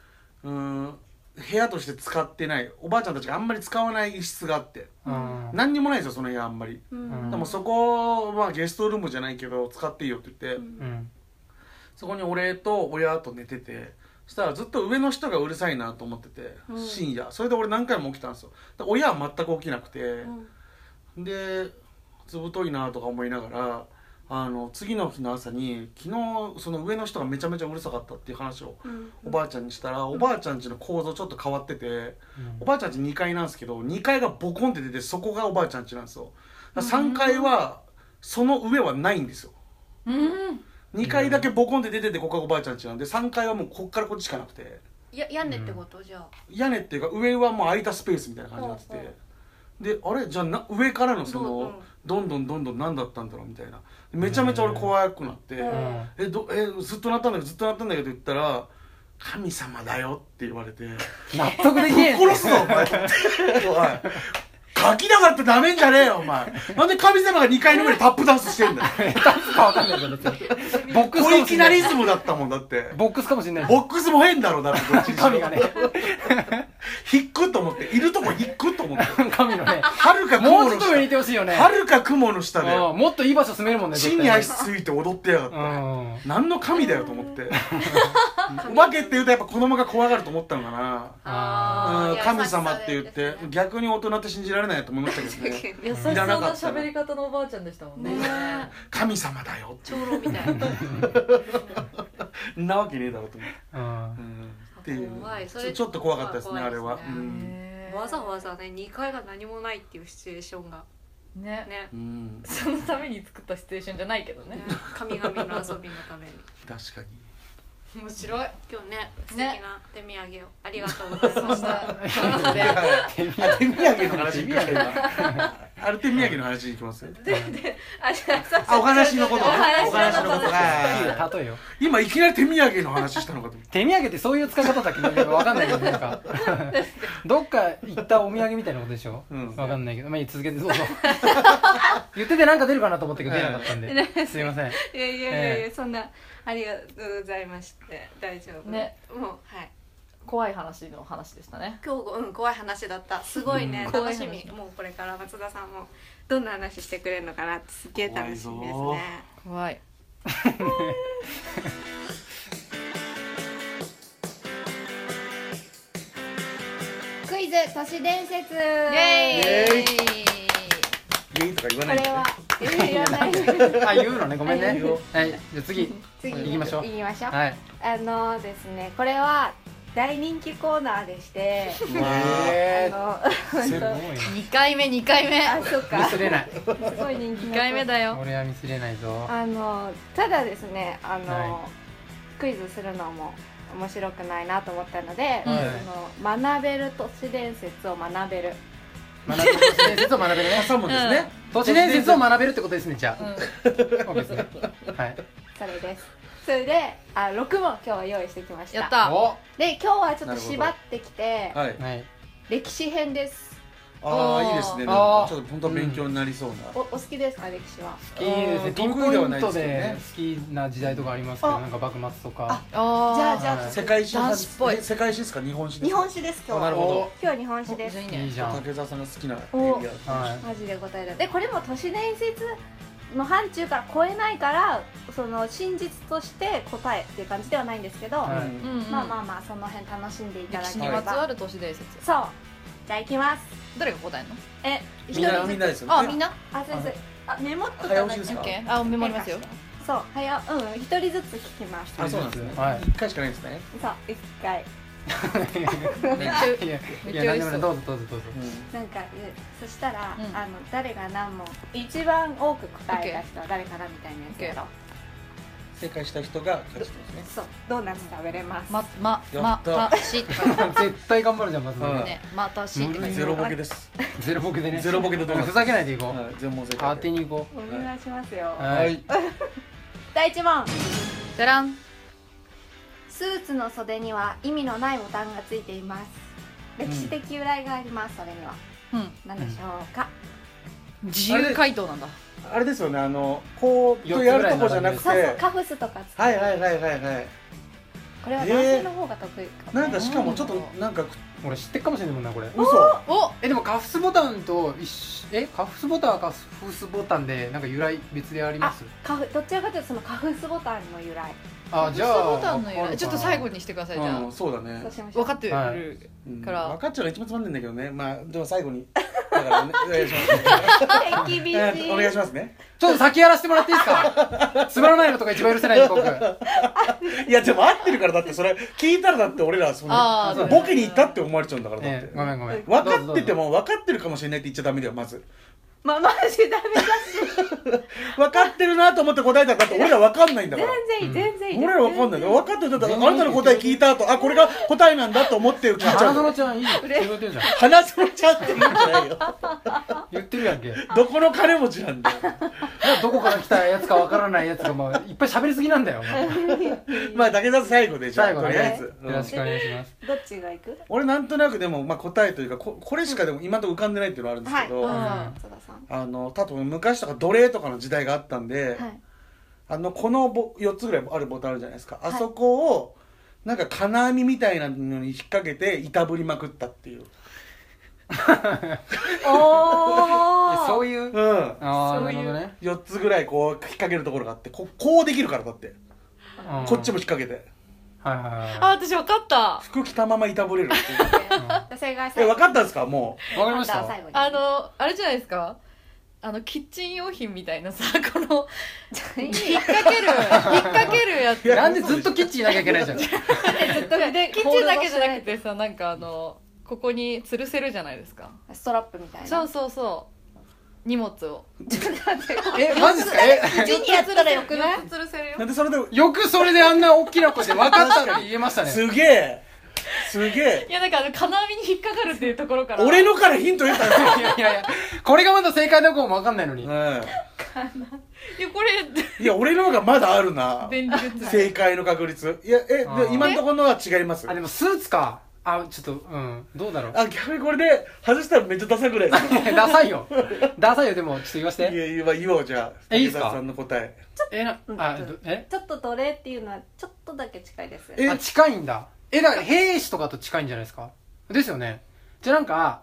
E: うーん部屋として使ってないおばあちゃんたちがあんまり使わない一室があって
F: うん
E: 何にもないんですよその部屋あんまり、
F: うん
E: でもそこを、まあ、ゲストルームじゃないけど使っていいよって言って、
F: うん
E: そこに俺と親と寝ててそしたらずっと上の人がうるさいなと思ってて、深夜それで俺何回も起きたんですよで親は全く起きなくて、でずぶといなとか思いながらあの次の日の朝に昨日その上の人がめちゃめちゃうるさかったっていう話をおばあちゃんにしたら、おばあちゃん家の構造ちょっと変わってて、おばあちゃん家2階なんですけど2階がボコンって出てそこがおばあちゃん家なんですよだから3階はその上はないんですよ
C: うん
E: 2階だけボコンって出ててここがおばあちゃん家なんで3階はもうこっからこっちしかなくて
L: や屋根ってこと、じゃあ
E: 屋根っていうか上はもう空いたスペースみたいな感じになってて、であれじゃあな上からのそのどんどんどんどん何だったんだろうみたいなめちゃめちゃ俺怖くなって、
F: うん
E: えどえずっとなったんだけどずっとなったんだけど言ったら「神様だよ」って言われて
F: 納得できね
E: 「殺すぞお前」って「おいガキだからってダメんじゃねえよお前なんで神様が2階の上でタップダンスしてんだよ
F: え下手すかわかんないけど別にボックスかもし
E: 小
F: れない
E: 粋なリズムだったもんだって
F: ボックスかもしれない
E: ボックスも変だろだってどっちにしろ
F: 神がね
E: 引っくと思っているとこ引っくと思って
F: 神のね
E: はるか
F: も
E: 雲
F: うち
E: の
F: ょっと上にい
E: 下
F: てほしいよね
E: はるか雲の下で
F: うんもっといい場所住めるもんね
E: 地に足ついて踊ってやがっ
F: う
E: て、
F: ん
E: 何の神だよと思って お化けって言うとやっぱ子供が怖がると思ったのかな
F: あ
E: うん
L: いや
E: 神様って言って、
L: 優しさで
E: 逆に大人って信じられないと思いましたけど ね
C: 優し
E: そうな喋り
C: 方のおばあちゃんでしたもんね
E: 神様だよって
L: 長老みたいな
E: んなわけねえだろうと思って、
F: ー
E: う
F: うん
E: ん、っていう
L: 怖いそ
E: ちょ
L: れ
E: ちょっと怖かったですね
L: 怖
E: あ
L: いで
E: れ
L: すね
E: は、うん
D: わざわざね2階が何もないっていうシチュエーションが
C: ね
D: ね
E: うん、
C: そのために作ったシチュエーションじゃないけどね
D: 神々の遊びのために
E: 確かに
C: 面白い
D: 今日ね素敵
C: ね
D: な手土産をありがとうござい
C: そ
D: ま
C: し
D: した た
E: あ手土産の話に行きましょうかあれ手土産の話に行きます
D: あじゃあさ
E: あお話のことね
D: お話のこと
E: お話のことはいはいはい
F: いい例えよ
E: 今いきなり手土産の話したのかと思って
F: 手土産ってそういう使い方だっけなんかわかんないけどなんかどっか行ったお土産みたいなことでしょ、
E: う
F: うんわかんないけどまあいい続けてど うぞ言っててなんか出るかなと思ったけど出なかったんですいません
D: いやいやいやいや、
F: え
D: そんなありがとうございまして大丈夫
C: ね
D: もうはい
C: 怖い話の話でしたね
D: 今日ごうん怖い話だったすごいね、
F: うん
D: 楽し
C: 怖い
D: み
C: 話
D: もうこれから松田さんもどんな話してくれるのかなってすっげえ楽しみです
E: 怖いぞ
D: ね
C: 怖い
L: クイズ都市伝説
C: イエーイ
E: 「イエイ」とか言わ
L: こ
E: ないで
L: れ
E: ね
L: はえいらない
F: あ言うのねごめんねはいじゃあ次
L: 次
F: 行きましょう
L: 行きましょう
F: はい
L: あのですねこれは大人気コーナーでしてあ
F: え
L: の
F: ー、すごいな
C: 2回目2回目
L: あそっ
F: ミ
L: かす
F: スれない
L: ごい人気の
C: 2回目だよ
F: 俺はミスれないぞ
L: あのただですねあの、
F: は
L: クイズするのも面白くないなと思ったので、
F: うん
L: その学べる都市伝説を学べる
F: 学ぶ都市伝説を学べるね
E: 挟むんですね、
F: 都市伝説を学べるってことですねじゃ
C: うん
F: あ、ですねはい
L: それですそれであ6問今日は用意してきました
C: やった
F: お
L: で今日はちょっと縛ってきて
E: はい
F: はい
L: 歴史編です
E: あ
C: お
E: あ
C: ー
E: いいですねなん
F: あ
E: か
F: ー
E: ちょっと本当勉強になりそうな、
L: おお好きですか歴史は
F: 好きですねピンポイントで好きな時代とかありますけど
L: あ
F: なんか幕末とか
L: じゃあ
C: あ
L: じゃあ、
F: はい
E: 世界史
C: 男子っぽい
E: え世界史ですか日本史です
L: 日
E: か
L: 本史です今日
E: あな
L: は
E: るほど
L: 今日は日本史
C: じゃ
L: で
C: あ
L: す
C: いい
F: い
C: ね
F: いじゃん
E: 竹澤さんが好きなエ
L: お
E: リア
F: はい
L: マジで答えだでこれも都市伝説の範疇から超えないからその真実として答えっていう感じではないんですけど、
F: は
E: うん
C: うんうん
L: まあまあまあその辺楽しんでいた
C: 歴
L: だ
C: 史
L: け
C: に
L: れ
C: まつわ
L: ば
C: る都市伝説
L: そうじゃあ行きます
C: 誰が答えんの
L: え
E: みんなみんなですよね
C: あみんな
L: あ先生あメモっとか
E: 早
L: な
E: 押し
L: きゃ
E: です
C: オ
E: か
C: ッケーあメモりますよ
L: そう早うん一人ずつ聞きます
E: あそうなんですね
F: はい
E: 一回しかないんですね
L: そう一回
C: めっちめっちゃ美味しそう
F: いやいや何でもないどうぞどうぞどうぞ
L: なんかえそしたら、
C: うん
L: あの誰が何問一番多く答えた人は誰かなみたいなやつけど、
E: 正解した人が勝ちですね
L: そうドーナツ食べれます、
C: ゃまま
E: や
C: ま
E: った
C: たしとか
F: 絶対頑張るじゃんまず
E: うん
F: ね
C: ねまたしって書いて
E: ゼ
C: あ
E: ロ
C: る
E: ボケです
F: ゼロボケでね
E: ゼロボケでどうなる
F: ふざけないでいこう
E: はい全問正解
F: 当てにいこ
L: お願いしますよ、
F: う
E: は
F: はい
E: い
L: 第一問
C: じゃらん
L: スーツの袖には意味のないボタンがついています歴史的由来があります、それには
C: うん
L: 何でしょうか、
C: 自由回答なんだ
E: あれですよねあのこうやるとこじゃなくて
L: そうそうカフスとかつけて
E: はいはいはいはいはい
K: これは男性の方が得意かも
E: なん
K: ね
E: かしかもちょっとなんか
F: 俺知ってっかもしれないもんなこれ
E: 嘘
C: お
F: えでもカフスボタンと一緒えカフスボタンはカフスボタンでなんか由来別であります
K: カフどちらかというとそのカフスボタンの由来
F: あ
C: カフス
F: じゃあ
C: ボタンの由来ちょっと最後
F: に
C: にしてくださいじゃあ、
E: うんそうだね
K: そうしましょう
C: 分かってる、
F: は
E: うん
C: から
E: 分かっちゃうのが一番つまんないんだけどねまあでも最後にだからねお願いします
L: 厳しい。
E: えーお願いしますね
F: ちょっと先やらせてもらっていいで すかつまらないのとか一番許せないん で僕
E: いやでも合ってるからだってそれ聞いたらだって俺らそ
C: あ
E: の
C: ー
E: ボケに行ったって思われちゃうんだからだっ
F: え
E: て
F: えごめんごめん
E: 分かってて
F: も
E: も分かってるかもしれないって言っちゃダメだよまず
L: まあ、マジダメだ。
E: 分かってるなと思って答えたらだって俺ら分かんないんだから
L: 全然いい、全然いい。
E: 俺ら分かんない分かってるだってあなたの答え聞いた後あこれが答えなんだと思って聞いちゃ
F: 花
E: うの
F: 園ちゃんいいよって言ってるじゃん
E: 鼻それちゃってるんじゃないよ
F: 言ってるやんけ
E: どこの金持ちなんだよ
F: どこから来たやつかわからないやつがもういっぱい喋りすぎなんだよお前
E: まあ武田さん最後でじゃあ
F: 最後
E: と
F: ね
E: りあえず、
F: よろしくお願いします
L: どっちが行く。
E: 俺なんとなくでも、まあ、答えというかここれしかでも今のとこ浮かんでないっていうのはあるんですけど、
F: うん
K: 津田さん
E: あの多分昔とか奴隷とかの時代があったんで、
K: はい
E: あのこのボ4つぐらいあるボタンあるじゃないですか、あそこをなんか金網みたいなのに引っ掛けていたぶりまくったっていう、
F: えそういう
E: うん、
F: ああなるほどね
E: 4つぐらいこう引っ掛けるところがあってここうできるからだって、
F: うん
E: こっちも引っ掛けて
F: はいはいはい
C: あ私分かった
E: 服着たままいたぶれるっていう
K: 女性が
E: え
K: 最後
E: 分かったんですかも
F: わかりました
K: 最後に
C: あのあれじゃないですかあのキッチン用品みたいなさ この引っ掛 ける引っ掛けるやつ
E: いや
F: なんでずっとキッチンいなきゃいけないじ ゃん
C: でキッチンだけじゃなくてさなんかあのここに吊るせるじゃないですか
K: ストラップみたいな
C: そうそうそう荷物を
F: えマジですかえ
C: キッチンにやったらよくない吊るせる
E: う
C: よ
E: なんでそれで
F: よくそれであんな大きな声で分かったって言えましたね
E: すげえすげえ
C: いやなんかあの金網に引っかかるっていうところから
E: 俺のからヒント言ったんです よ
F: いやいやいやこれがまだ正解の子も分かんないのに
E: う
C: いやこれ
E: んいや俺の方がまだあるな
C: 便利グッズ
E: 正解の確率いやえで
F: あー
E: 今のところのは違います
F: あでもスーツかあちょっとうんどう だろう
E: あ逆にこれで外したらめっちゃダサくないですか
F: ダサいよダサいよでもちょっと言わせ
E: い
F: て
E: や言わ言おうじゃあ
F: えいいっす
E: 武
F: か
E: 田さんの答え
F: えなあどえ
K: ちょっと奴隷っていうのはちょっとだけ近いですよね
E: え
F: あ近いんだえだから兵士とかと近いんじゃないですかですよねじゃあなんか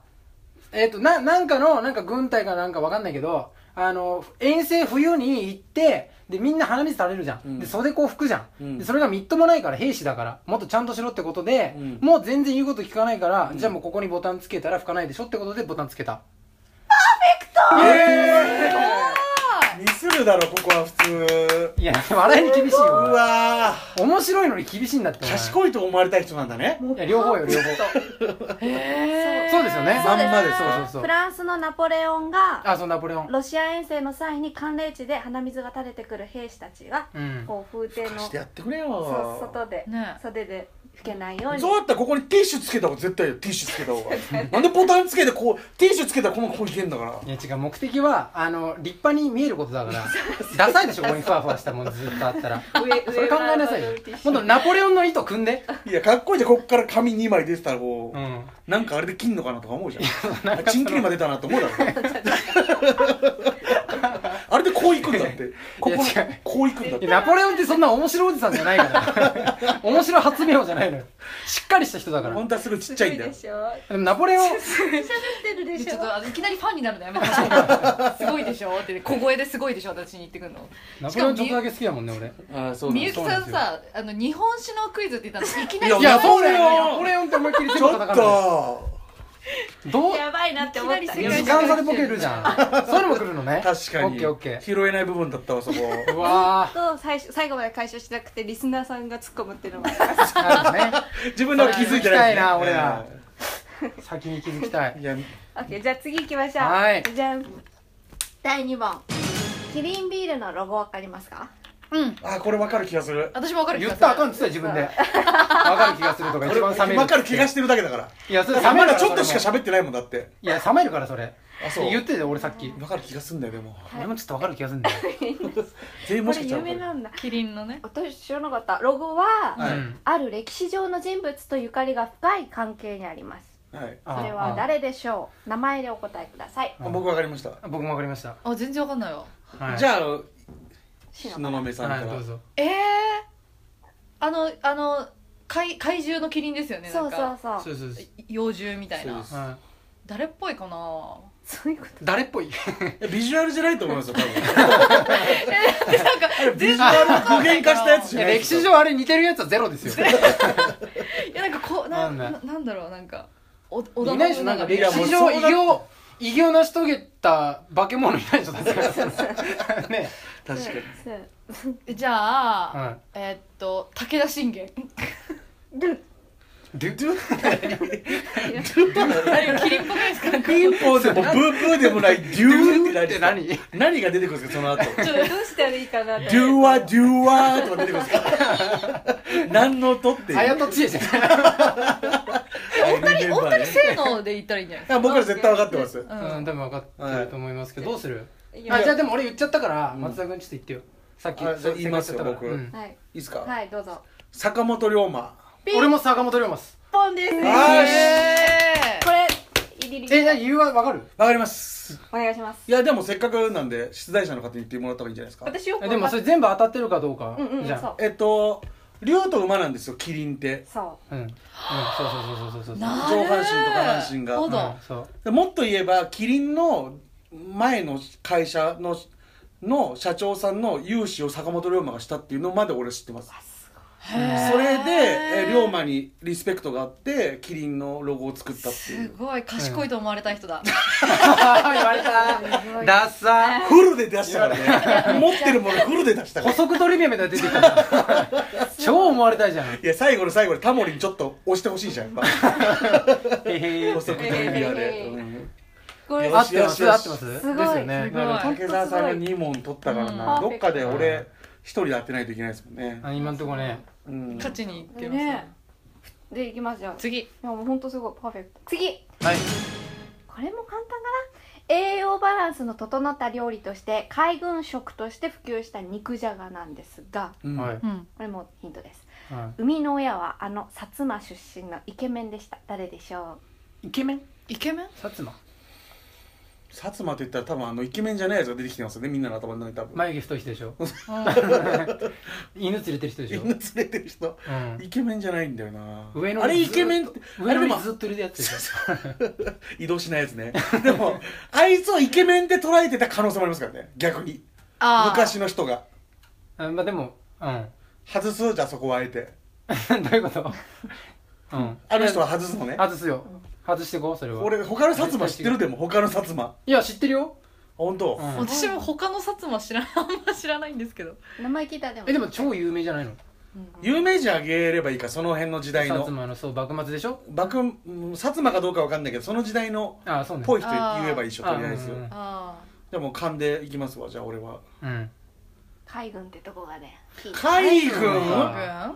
F: えっ、とななんかのなんか軍隊かなんかわかんないけどあの遠征冬に行ってでみんな鼻水垂れるじゃん、
E: うん
F: で袖こう拭くじゃん、
E: うん
F: でそれがみっともないから兵士だからもっとちゃんとしろってことで、
E: うん
F: もう全然言うこと聞かないから、
E: ん
F: じゃあもうここにボタンつけたら拭かないでしょってことでボタンつけた
E: ミスるだろここは普通
F: いや 笑いに厳しいうよ
E: わ
F: お前面白いのに厳しいんだって
E: ー
F: お前
E: 賢いと思われたい人なんだね
F: いや両方よ両方そうですよね
E: まんまで
F: そうそうそう
D: フランスのナポレオンが
F: あそうナポレオン
D: ロシア遠征の際に寒冷地で鼻水が垂れてくる兵士たちが
F: うん
D: こう風
E: そ
D: 艇
E: う
D: の
E: してやってくれよ
D: そう外で
C: ね
D: 袖で拭けないように
E: そうだったらここにティッシュつけた方が絶対よティッシュつけた方がなんでボタンつけてこうティッシュつけたらこのこういけんだから
F: いや違う目的はあの立派に見えることだ からダサいでしょここにふわふわしたもんずっとあった らそれ考えなさいよ今度ナポレオンの糸組んで
E: いやかっこいいじゃんこっから紙2枚出てたらこう、
F: うん
E: なんかあれで切んのかなとか思うじゃんあチンキリまで出たなと思うだろあれでこういくんだってここ
F: いや違う
E: こういくんだっ
F: い
E: て
F: やナポレオンってそんな面白おじさんじゃ ないから面白発明王じゃないのよしっかりした人だから
E: 本当はすぐちっちゃいんだよ
F: でもナポレオン
C: でちょっとあのいきなりファンになるのやめてすごいでしょって言って小声ですごいでしょ私に言ってくるの
F: ナポレオンちょっとだけ好きだもんね俺
E: ああそ
C: みゆき
E: ちょ
C: さんさあの日本史のクイズって言ったのいきなり
E: いや
F: いやそうだ
E: ナポレオン
F: よナポレオンって思いっきり全部叩
E: っ
F: かな
E: と
F: いどう
L: やばいなって思った。
C: いきな
F: 時
C: り
F: 間差でボケるじゃんそういうのも来るのね
E: 確か
F: オッ
E: に
F: ケーオッケ
E: 拾えない部分だったわそ こ
F: ーうわ
K: と最初最後まで解消しなくてリスナーさんが突っ込むっていうのも
F: ーなるほどね
E: 自分のは気づいてないですね
F: 気づきたいな俺ら先に気づきたい
E: いや
K: OK じゃあ次行きましょう
F: はい
K: じゃん
D: 第2問キリンビールのロゴわかりますか
C: うん
E: あこれ分かる気がする
C: 私も分かる気
F: 言
C: が
F: っ
C: する
F: たらあかんっつったよ自分で分かる気がするとか
E: 俺
F: 一番冷める
E: 分かる気がしてるだけだから
F: いやそれ冷め
E: ま
F: る
E: だ
F: から
E: ちょっとし
F: そ
E: か
F: れも
E: 喋ってないもんだって
F: いや冷めるからそれ
E: あそう
F: 言ってたよ俺さっき
E: 分かる気がすんだよでも
F: 俺もちょっと分かる気がするんだよ
E: 全員
D: こ
E: もし
D: れ
E: かした
D: 有
E: ら
D: 名
E: 分かる
D: なんだ
C: キリンのね
D: 私知らなかったロゴ は
E: はい
F: うん
D: ある歴史上の人物とゆかりが深い関係にあります
E: はい
F: あ
D: それは誰でしょう名前でお答えください
E: あ僕分かりました
F: あ僕も分かりました
C: あ全然分かんないわ
F: はい
E: じゃあ東雲さんか
F: はいどう
E: ら
F: ぞ
C: ええー、あのあの怪怪獣のキリンですよね
L: そう
C: な
L: そ
C: ん
L: う
C: か
L: そう
F: そうそうそう
C: 幼獣みたい
E: そう
C: な
E: です
F: うん
C: 誰っぽいかな
L: そういうこと
F: 誰っ ぽい
E: えビジュアルじゃないと思いますよ多 分
C: えだってなんか
E: ビジュアル具現化したやつ
F: い
E: じゃ
F: や
E: ない
F: 歴史上あれ似てるやつはゼロですよ
C: いやなんかこうな
F: わかん
C: な
F: ない
C: なんだろうなんかお織田
F: いないでしょ
C: 信
F: なん
C: 長
F: か
C: み
F: 歴
C: たい
F: 史
E: いやもう
F: 上
E: そ
F: 偉
E: うな
F: 業偉業成し遂げた化け物いないでしょ だってね
E: 確かに
L: そう
C: じゃあ、
F: はい
C: えーっと武田信 玄
E: ドゥドゥ
C: 何キリンっぽくないです か
E: ピンポンでもブーブーでもないデュー
F: って何
E: 何が出てくるんですかその後
M: どうしたらいいかな
E: ド
M: と
E: ゥーワドゥーワーとか出てくるんですか何の音っていう
F: 綾戸知恵じゃん
E: お二人
C: お二人性能で言ったらいいんじゃないで
E: 僕ら絶対分かってます
C: すか、う
F: うんん、多分分かってると思いますけど、どうする
M: い
F: あ
M: や
F: じゃあでも俺言っちゃったから、
E: うん
F: 松田君ちょっと言ってよさっき
E: あじゃあ言いますよ
F: せっかく
E: 僕
F: 言っちゃったから
L: はい
E: いいですか、
L: はいどうぞ
E: 坂本龍馬
F: うん俺も坂本龍馬っす
M: ポンです
E: はい
C: えー
L: これイリリ
F: え何理由は分かる
E: わかります
L: お願いします
E: いやでもせっかくなんで出題者の方に言ってもらった方がいいんじゃないですか
M: 私よく
F: でもそれ全部当たってるかどうか
L: うんうん
F: じゃん
L: そう
E: えっと龍と馬なんですよキリンって
L: そ
F: うん、うん、そうそうそうそうそうそう
C: な
E: 上半身と下半身が
C: ほ
F: うん
C: ど、
F: そう
E: でもっと言えばキリンの前の会社のの社長さんの融資を坂本龍馬がしたっていうのまで俺知ってますそれでえ龍馬にリスペクトがあってキリンのロゴを作ったってい
C: す
E: う
C: ごい賢いと思われた人だ、
F: 言われたダッサ
E: フルで出したからね持ってるものフルで出したか
F: 補
E: ら
F: 足トリビアみたいなの出てきた じゃん超思われたいじゃんへ
E: いや最後の最後でタモリにちょっと押してほしいじゃんやっ
F: へ
E: ぱ
F: ー
E: 補足トリビアで、うん
L: これ
E: よ
F: 合
E: し
F: って
E: よ
F: ま
E: し
F: す合
E: よ
F: って
E: し
F: ます
L: すごい
F: ですよね
C: すごい
F: なるほど
E: 竹澤さんが2問取ったからな、
L: うん
E: どっかで
F: う
E: 俺
F: ん
E: 一人当てないといけないですもんね、
F: あ今んとこね
E: うん、
C: 勝ちにいって
L: う
C: ますね
L: ねでいきますよい
C: 次
L: やもうほんとすごいパーフェクト次
F: はい
L: これも簡単かな栄養バランスの整った料理として海軍食として普及した肉じゃがなんですが
E: うん
F: はい
C: うん
L: これもヒントです
F: は
L: 生みの親はあの薩摩出身のイケメンでした誰でしょ
F: いイケメン
C: イケメン
F: 薩摩
E: 薩摩と言ったら多分あのイケメンじゃないやつが出てきてますよねみんなの頭の中に多分
F: 眉毛太い人でしょ 犬連れてる人でし
E: み
F: ょ
E: んな連れてる人
F: うん
E: イケメンじゃないんだよな
F: 上の
E: あれイケメンってあ
F: 上
E: れでも
F: 野にずっといるやつでしょ
E: 移動しないやつねでもあいつをイケメンって捉えてた可能性もありますからね逆に
C: あー
E: 昔の人が
F: あまあでもうん
E: 外すじゃあそこはあえて
F: どういうことうん
E: あの人は外すのね
F: 外すよ外してこうそれは
E: 俺他の薩摩知ってるでも他の薩摩あ
F: いや知ってるよ
E: 本
F: う
E: 当、
F: ん
C: 私も他の薩摩知らないあんま知らないんですけど
L: う名前聞いたらでも
F: えでも超有名じゃないの
E: 有名人あげればいいかその辺の時代
F: 薩
E: の
F: 摩のそう幕末でしょ
E: 幕うん薩摩かどうかわかんないけどその時代の
F: あそうね
E: ぽい人言えばいいでしょ
F: あ
E: とりあえず
F: うん
C: あ
E: でも勘でいきますわじゃあ俺は
F: うん
L: 海軍ってとこがね聞いた
E: 海軍
C: あ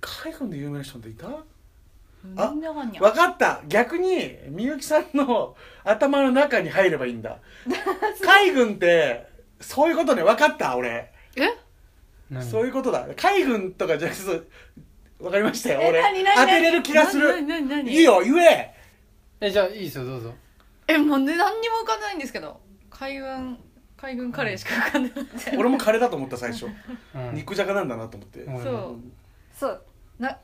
F: 軍
E: 海軍で有名な人っていたあ
C: みんながにゃ
E: 分かった逆にみゆきさんの頭の中に入ればいい んだ海軍ってそういうことね分かった俺
F: 何
E: そういうことだ海軍とかじゃなくてそう分かりましたよ
C: え
E: 俺
C: 何何
E: 当てれる気がす
C: 何
E: る
C: 何何何
E: いいよ言 え
F: えじゃあいいですよどうぞ
C: えもうね何にも浮かんでないんですけど海軍海軍カレーしか浮かんでない、
E: 俺もカレーだと思った最初
F: うん
E: 肉じゃがなんだなと思って
F: うん
C: そう
L: そう
C: な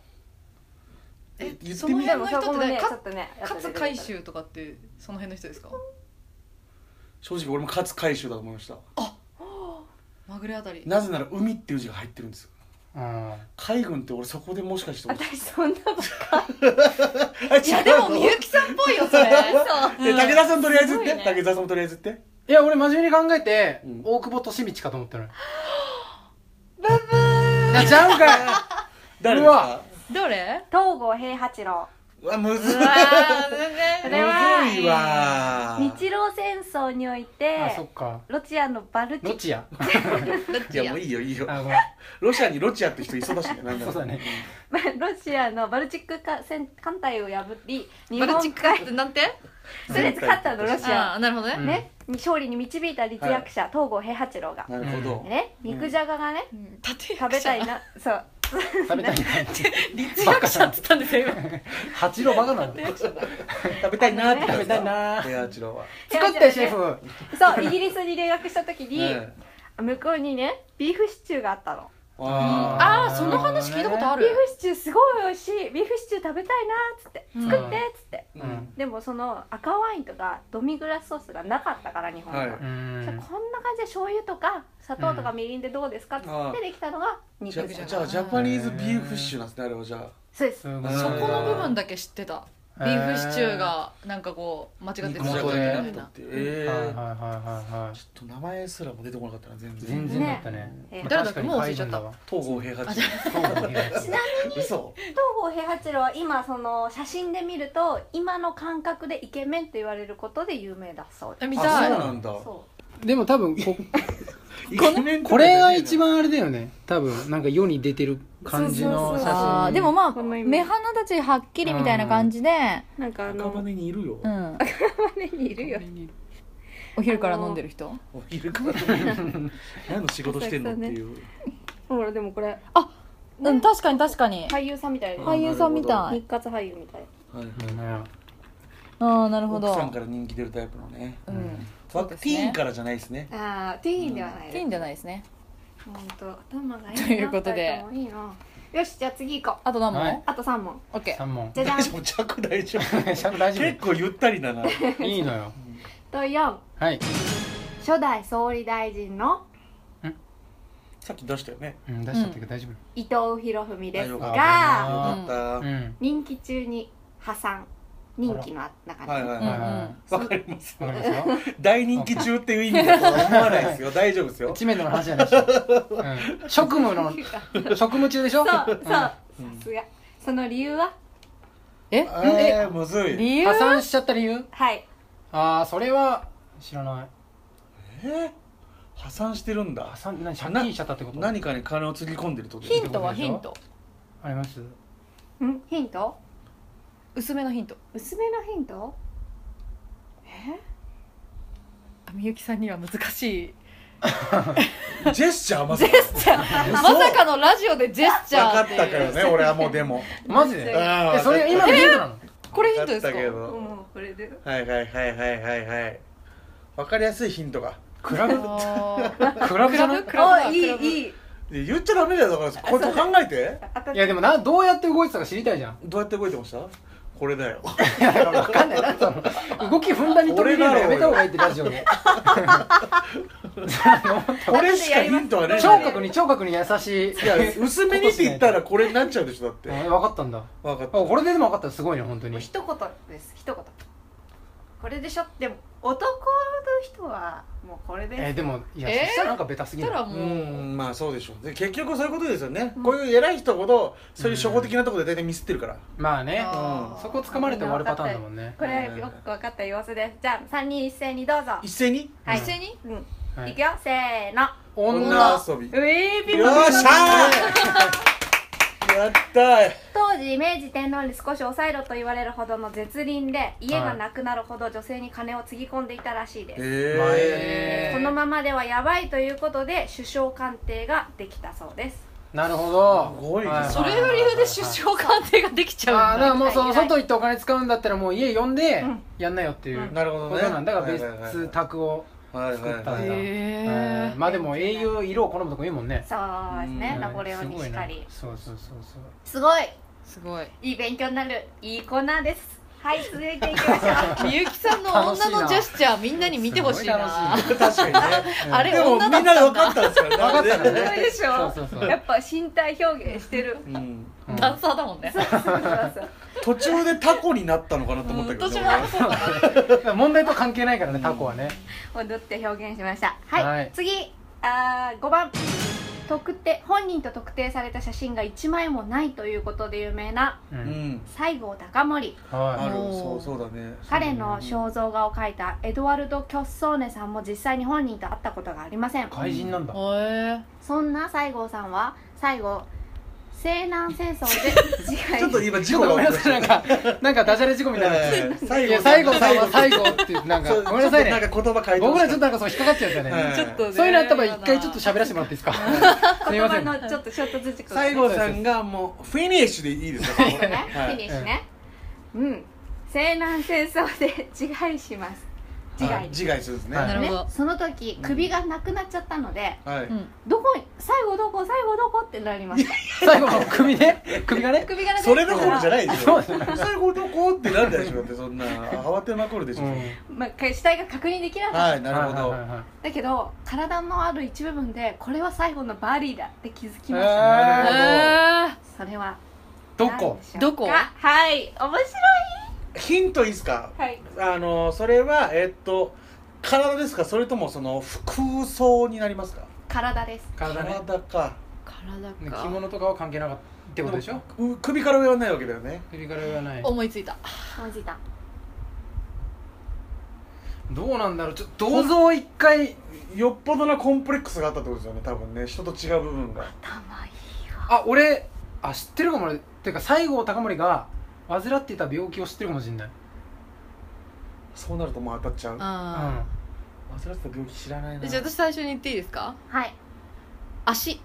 C: え
E: 言って
C: その
E: み
L: で
C: 辺
L: も
C: の人って
L: そこもね
C: 誰
L: ちょ
C: か
L: っとね
C: 勝海舟とかってその辺の人ですか
E: 正直俺も勝海舟だと思いました
C: まぐれあたり
E: なぜなら海っていう字が入ってるんですよ
F: うん
E: 海軍って俺そこでもしかして俺
L: 私そんな ばっ
E: あ違う
C: いやでもみゆきさんっぽい よそれ
E: え武田さんとりあえず言っ
C: す
E: て
C: ごいね
E: 武田さんとりあえず言って
F: いや俺真面目に考えて、
E: うん
F: 大久保利通かと思ったのよブブーちゃうんか
E: 誰で
F: う
E: す
F: わ
E: か
C: どれ
L: 東郷平八郎
E: うわむずいむ
C: うわー全
L: こ
C: 然
L: れは
E: ずいわ
L: 日露戦争におい
F: い
L: て
F: あそっか
L: ロチアのバルチ
F: ロチア
E: いやもういいよいいよ
F: あご
E: ロシアにロチアって人いそうだしねなん
F: めん
E: だ
F: そ
E: ろ
F: うだね
L: バロシアのバルチックか戦艦隊を破り日
C: バルチ
L: 本
C: ックってなんて
L: それで勝ったのロシ
C: あ
L: ア
C: あなるほどね、
F: うん
L: ね、勝利に導いた立役者、東郷平八郎が、
E: なるほど
L: ね肉じゃががね、
C: 立
L: 食べたいなそう
F: 食べたいな
C: 立役者って言ったんですよ今
F: 八郎バカなんだよ
E: 食べたいなって
F: 食べたいな
E: ペアチロは
F: 作ってシェフ
L: そうイギリスに留学した時に、
E: ね
L: 向こうにねビーフシチューがあったの
E: あ
C: ああその話聞いたことあ
D: ビー
C: る
D: フシチューすごい美味しいビーフシチュー食べたいなーっつって
C: うん
D: 作ってっつって、
E: ー
F: うん
D: でもその赤ワインとかドミグラスソースがなかったから日本は、
E: はい
F: うん
D: じゃあこんな感じで醤油とか砂糖とかみりんでどうですかっつ
E: あ
D: っ
E: ー
D: てできたのが肉
E: じ
D: じゃが
E: ゃじゃあジャパニーズビーフシチューなんですねあれはじゃあ
D: そうです
F: すごい
E: そ
C: そこの部分だけ知ってたビーフシチューがなんかこう間違って
F: 肉
C: 作ら
F: 元
C: れ
F: で
C: てる
E: な
C: み
E: ったた
C: いな
E: って
F: は
E: え
F: いはいは
E: ー
F: いはいはい
E: ちょっと名前すらも出てこなかったな全然
F: 全然だったね
D: え
F: まあ
D: ー
C: 誰だっ
F: 確
C: け
F: かに
C: もう忘れちゃった
E: 東郷平八
F: そうね
E: 嘘
D: 東方平八郎は今その写真で見ると今の感覚でイケメンって言われることで有名だそうで
C: え見
E: あ
C: た
E: そう
C: い
E: なんだ
D: すそう
F: でも多分こ
E: イケメンと
F: こ
E: かじゃね
F: れ
E: えな
F: が一番あれだよね多分なんか世に出てる感じの写
C: あー
F: 真
C: でもまあ
D: この意味
C: 目鼻立ちはっきりみたいな感じで
D: なんかあ
E: 赤
D: の
E: 羽にいるよ
C: うん
D: 目にいるよ
C: お昼から飲んでる人
E: お昼から何の仕事してんのっていう
D: ほらでもこれ
C: うん確かに確かに
D: 俳優さんみたい
E: あ
D: な
E: ー
C: 俳優さんみたい
D: 日活俳優みたいな
E: はい
F: うん
C: ああなるほど
E: 奥さんから人気出るタイプのね
C: うんそ
E: バ
C: う
E: ッ
C: で
E: ク
C: す
E: ティーン
C: ね
E: からじゃないですね
L: ああティーンではない
C: いいんじゃないですね
L: 本当頭がいい
C: ということで
L: 二人ともいいなよしじゃあ次行こう
C: あと何
F: は
C: 問
F: い
L: あと三問
C: オッケー
F: 三問
L: じゃじゃん
E: 大丈夫着大丈夫
F: 大丈
E: 結構ゆったりだな
F: 夫いいのよ
L: と四
F: はい
L: 初代総理大臣の
E: さっき出したよね
F: うん出しちゃったけど大丈
L: 伊藤博文です
E: よ
F: あ
L: が
E: かった
F: 夫うん
L: 任期中に破産任期の中
E: はい
L: で
E: はい
C: うん
E: は
C: うん
E: いわかります
F: わかりますよ
E: 大人気中っていう意味だとは思わないですよ大丈夫ですよ
F: 知名度の話じゃないし、うん、職務の職務中でしょ
L: そうそうさ
E: ん
L: すがその理由は
C: え
E: えーむず
C: え
E: い
C: 理由
F: 破産しちゃった理由
L: はい
F: ああそれは知らない
E: えー破産してるん
F: 破
E: だ
F: 産何借金しちゃったってこと
E: 何かに金をつぎ込んでるってこ と
C: ヒントはヒント
F: あります
L: んヒント
C: 薄めのヒント
L: 薄めのヒント
C: みゆきさんには難しい
E: ジェスチャーまさか
C: まさかのラジオでジェスチャ
E: わ
C: ー
E: か
C: っ
E: ってたけ
C: い
E: ど
C: う
E: ね俺はもうでも
F: マジでえそれ今のヒントなの
C: これヒントですか
E: わったけど
L: もうこれで
E: はいはいはいはいはいはいわかりやすいヒントが
F: クラブ
C: あ
F: クラ
C: ー
F: ブ
C: ク
F: じゃ
C: ラ
F: ない
C: ブクラブ
L: いい
C: だクラブ
L: いい
E: で言っちゃダメだよだからこれ考えて
F: いやでもなどうやって動いてたか知りたいじゃん
E: どうやって動いてましたこれだよ
F: いやだから分かんないなその動きふんだんに取り入れるのやめた方がいいってラジオ で
E: これしかヒントはねえ
F: 聴覚に聴覚に優し い
E: いや薄めにって言ったらこれになっちゃうでしょだって
F: えー分かったんだあ
E: 分かった
F: これででも分かったらすごいね本当に
L: 一言です一言これでしょでも男の人はもうこれ
F: えー
L: で
F: でもいや、
C: えー
F: そしたらなんかベタす
C: そ
F: ぎ
C: した
F: る
C: らも
E: う
C: う、
E: んまあそうでしょうで結局そういうことですよね、こういう偉い人ほどそういう初歩的なところで大体ミスってるから、
F: まあね
C: あー
F: そこ掴まれて終わるパターンだもんね
L: これはよく分かった様子ですじゃあ3人一斉にどうぞ
E: 一斉に
F: はい
C: 一斉に
L: うん
F: はい
L: いくよせーの
F: 女
E: 遊び
L: うえ
E: よっしゃーやったー
L: 当時明治天皇に少し抑えろと言われるほどの絶倫で家がなくなるほど女性に金をつぎ込んでいたらしいです、
F: え
L: このままではやばいということで首相官邸ができたそうです
F: なるほど
E: すごいね
F: はは
C: それが理由で首相官邸ができち
F: あ
C: ゃ
F: あ
C: うん
F: だから
C: だ
F: もうその外行ってお金使うんだったらもう家呼んでやんなよっていう
E: なるほど
F: こと
E: ね
F: なんだから
E: はいはいはい
F: 別宅を
E: はい
F: 作ったんだ
E: はいはい
C: へ
F: うんまあでも英雄色を好むとこいいもんね
L: そうですね
E: うん
L: ナポレオンにしかり
F: すごいなそうそうそうそ
L: すごい
C: すごい
L: いい勉強になるいいコーナーですはい続いていきましょう
C: みゆきさんの女のジェスチャーみんなに見てほしいな
F: す
E: 確かにね
C: あれ
E: でもみ
C: 女
E: ん
C: だ
E: な
C: っ
E: で分か
C: た
E: っ
C: んだ
E: たんですから
F: 分かった
E: ね
F: の
L: すごい
F: ね
L: でし
F: そ
L: ょ
F: うそう そう
L: やっぱ身体表現してる
E: うん
F: うん
C: ダンサーだもんね
L: そうそうそう
E: 途中でタコになったのかなと思ったけど
C: 私
E: ね
C: もあそうか
F: だから問題と関係ないからねタコはね
L: 踊って表現しましたはい、
F: はい
L: 次あー5番特定本人と特定された写真が1枚もないということで有名な
F: う
E: 俺
F: ん
E: うん
L: 西郷隆盛
E: あ
F: は
E: る
C: も
E: そううそうだね
L: 彼の肖像画を描いたエドワルド・キョッソーネさんも実際に本人と会ったことがありません
F: い怪人なんだ
C: へ
L: そんな西郷さんは最後西南戦争 で
E: ちょっと今事
F: ちょっ
E: 故
F: と
E: が
F: ごめんな
E: 起き
F: さ
E: ま
F: いな
E: した
F: んかなんかダジャレ事故みたいな
E: えー最
F: いや最後最後
E: 最
F: 最後っていうなんか
E: 後
F: ごめんなさい
E: ちょっ
F: ね
E: となんか言葉変えて
F: 僕
E: ほ
F: ら
E: し
F: ちょ
E: か
F: っとなんかそう引っかかっちゃうんですよ
E: は
F: ね
E: い
C: えちょっとね
F: そういうのあったら一回ちょっと喋らせてもらっていいですか すい
L: 言
F: ませ
L: 葉
F: ん
L: のちょっと衝突事故
E: 西郷さんがもうフィニッシュでいいですかそこ
L: ね、
E: は
L: フィ
E: い
L: ニッシュね、うん西南戦争で自害します自害
E: 自害するんですね。
F: な
C: るほど
L: ね、その時首がなくなっちゃったので、
E: はい。
C: うん
L: どこ最後どこ最後どこってなりました
F: 最後の首ね首がね
C: 首がね
E: それどころじゃないでしょ。
F: そ
E: 最後どこってなんだでしょうってそんな慌てまくるでしょ。
L: まあ死体が確認できなかった、
E: はい、なるほど。
L: だけど体のある一部分でこれは最後のバリーだって気づきまし
C: え
F: え
L: た、
C: ー
L: それは
F: ど
L: 何
F: こ
L: でしょう
C: どこ
L: かはい面白い
E: ヒントいいですか。
L: はい
E: あのそれはえっと体ですかそれともその服装になりますか。
L: 体です
F: 体ね
E: か。
C: 体
F: 着
C: か
F: 物とかは関係なかったってことでしょ
E: う首から上はないわけだよね。
F: 首から上はない
C: 思いついた
L: おじいた
F: どうなんだろうちょっと銅像一回
E: よっぽどなコンプレックスがあったってことですよね。多分ね人と違う部分が。
L: 頭いい
F: あ俺あ知ってるかもねていうか西郷隆盛が患っていた病気を知ってるかもしれない
E: そうなるともう当たっちゃう。忘
C: あ
E: れてた病気知らない
C: ー
E: な。
C: じゃあ私最初に言っていいですか
L: はい
C: 足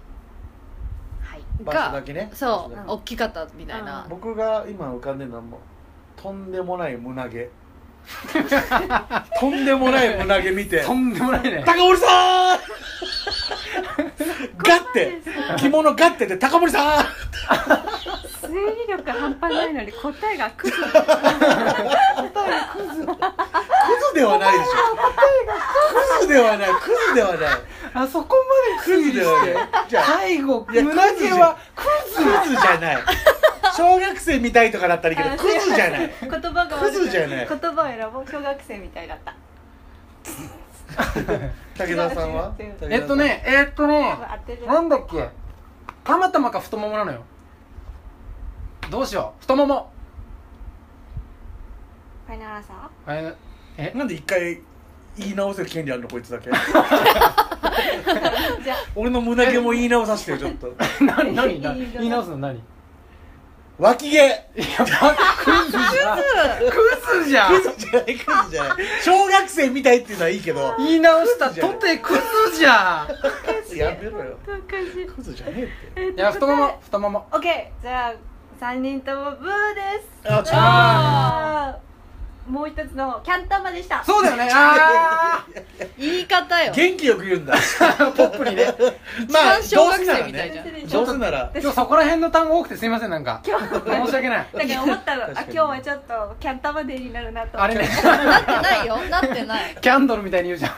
L: はい
E: 場所だけね。
C: そ
E: 場所だ
C: う
E: け
C: 大きかったみたいな
E: 僕が今浮かんでるのはもうとんでもない 胸毛とんでもない胸毛見て
F: とんでもないね
E: 高森さんガッて着物ガッてで高森さん
L: 推理力半端ないのに答えがクズ
E: クズではないでしょクズではないクズではない
F: あそこまで
E: クズでは
F: て
E: ないじゃあ
F: 最後
E: いや
F: 胸毛は
E: クズじゃない小学生みたいとかだったらいいけどクズじゃない
L: 言葉が悪
E: クズじゃない
L: 言葉を選ぼう小学生みたいだった
E: 武田さんは
L: 違う違う
E: 武田さん
F: えっとねえっと
L: 多
F: ね
L: 分当てる
F: なんだっけたまたまか太ももなのよどうしよう太もも
L: ファイナルアンサー
F: あれえ
E: なんで一回言い直せる権利あるのこいつ だけ
L: じゃあ
E: 俺の胸毛も言い直させてよちょっと
F: 何何
L: いい
F: 何
L: の
F: 言い直すの何い
E: 脇毛
F: やばクズじゃんクズじゃん
E: クズじゃないクズじゃない小学生みたいっていうのはいいけど
F: 言い直したとてクズじゃん
E: やめろよ
L: どうかし
E: クズじゃねえって
L: えっ
F: いや太も
L: 答
F: も太もも
L: え OK じゃあ三人ともブーです
E: あちょ
L: あーもう一つのキャンタマでした
F: そうだよねあ
C: 言い方よ
E: 元気よく言うんだ
F: ーポップにね
E: まあ
C: 一番小
E: どう
C: 学
E: せな
C: 生
E: ら
C: みたい
E: ね
C: じゃん
E: どうせなら
F: 今日そこら辺の単語多くてすいませんなんか
L: 今日
F: 申し訳ない
L: だから思ったのあ
E: 確
L: 今
E: かに
L: 日はちょっとキャンタマデーになるなと
F: あれね
C: なってないよなってない
F: キャンドルみたいに言うじゃん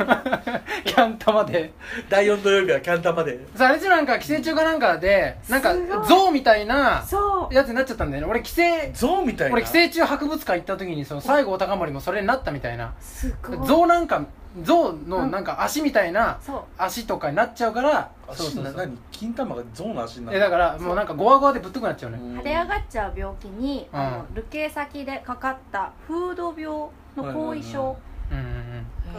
F: キャン玉で
E: 第4土曜日はキャンタマで
F: さああれじゃなんか寄生虫かなんかでなんか
L: すごい
F: 象みたいな
L: そう
F: やつになっちゃったんだよね俺寄生
E: ゾウみたいな
F: 俺寄生虫博物館行った時にその西郷隆盛もそれになったみたいな
L: すごい
F: 象なんか象のなんか足みたいな
L: そう
F: 足とかになっちゃうからそう
E: 足
F: そう
E: な
F: そう
E: 何金玉がゾウの足にな
F: えだからもうなんかゴワゴワでぶっとくなっちゃうね
L: 腫れ上がっちゃう病気に、
F: うん
L: あの流刑先でかかった風土病の後遺症
F: うんうん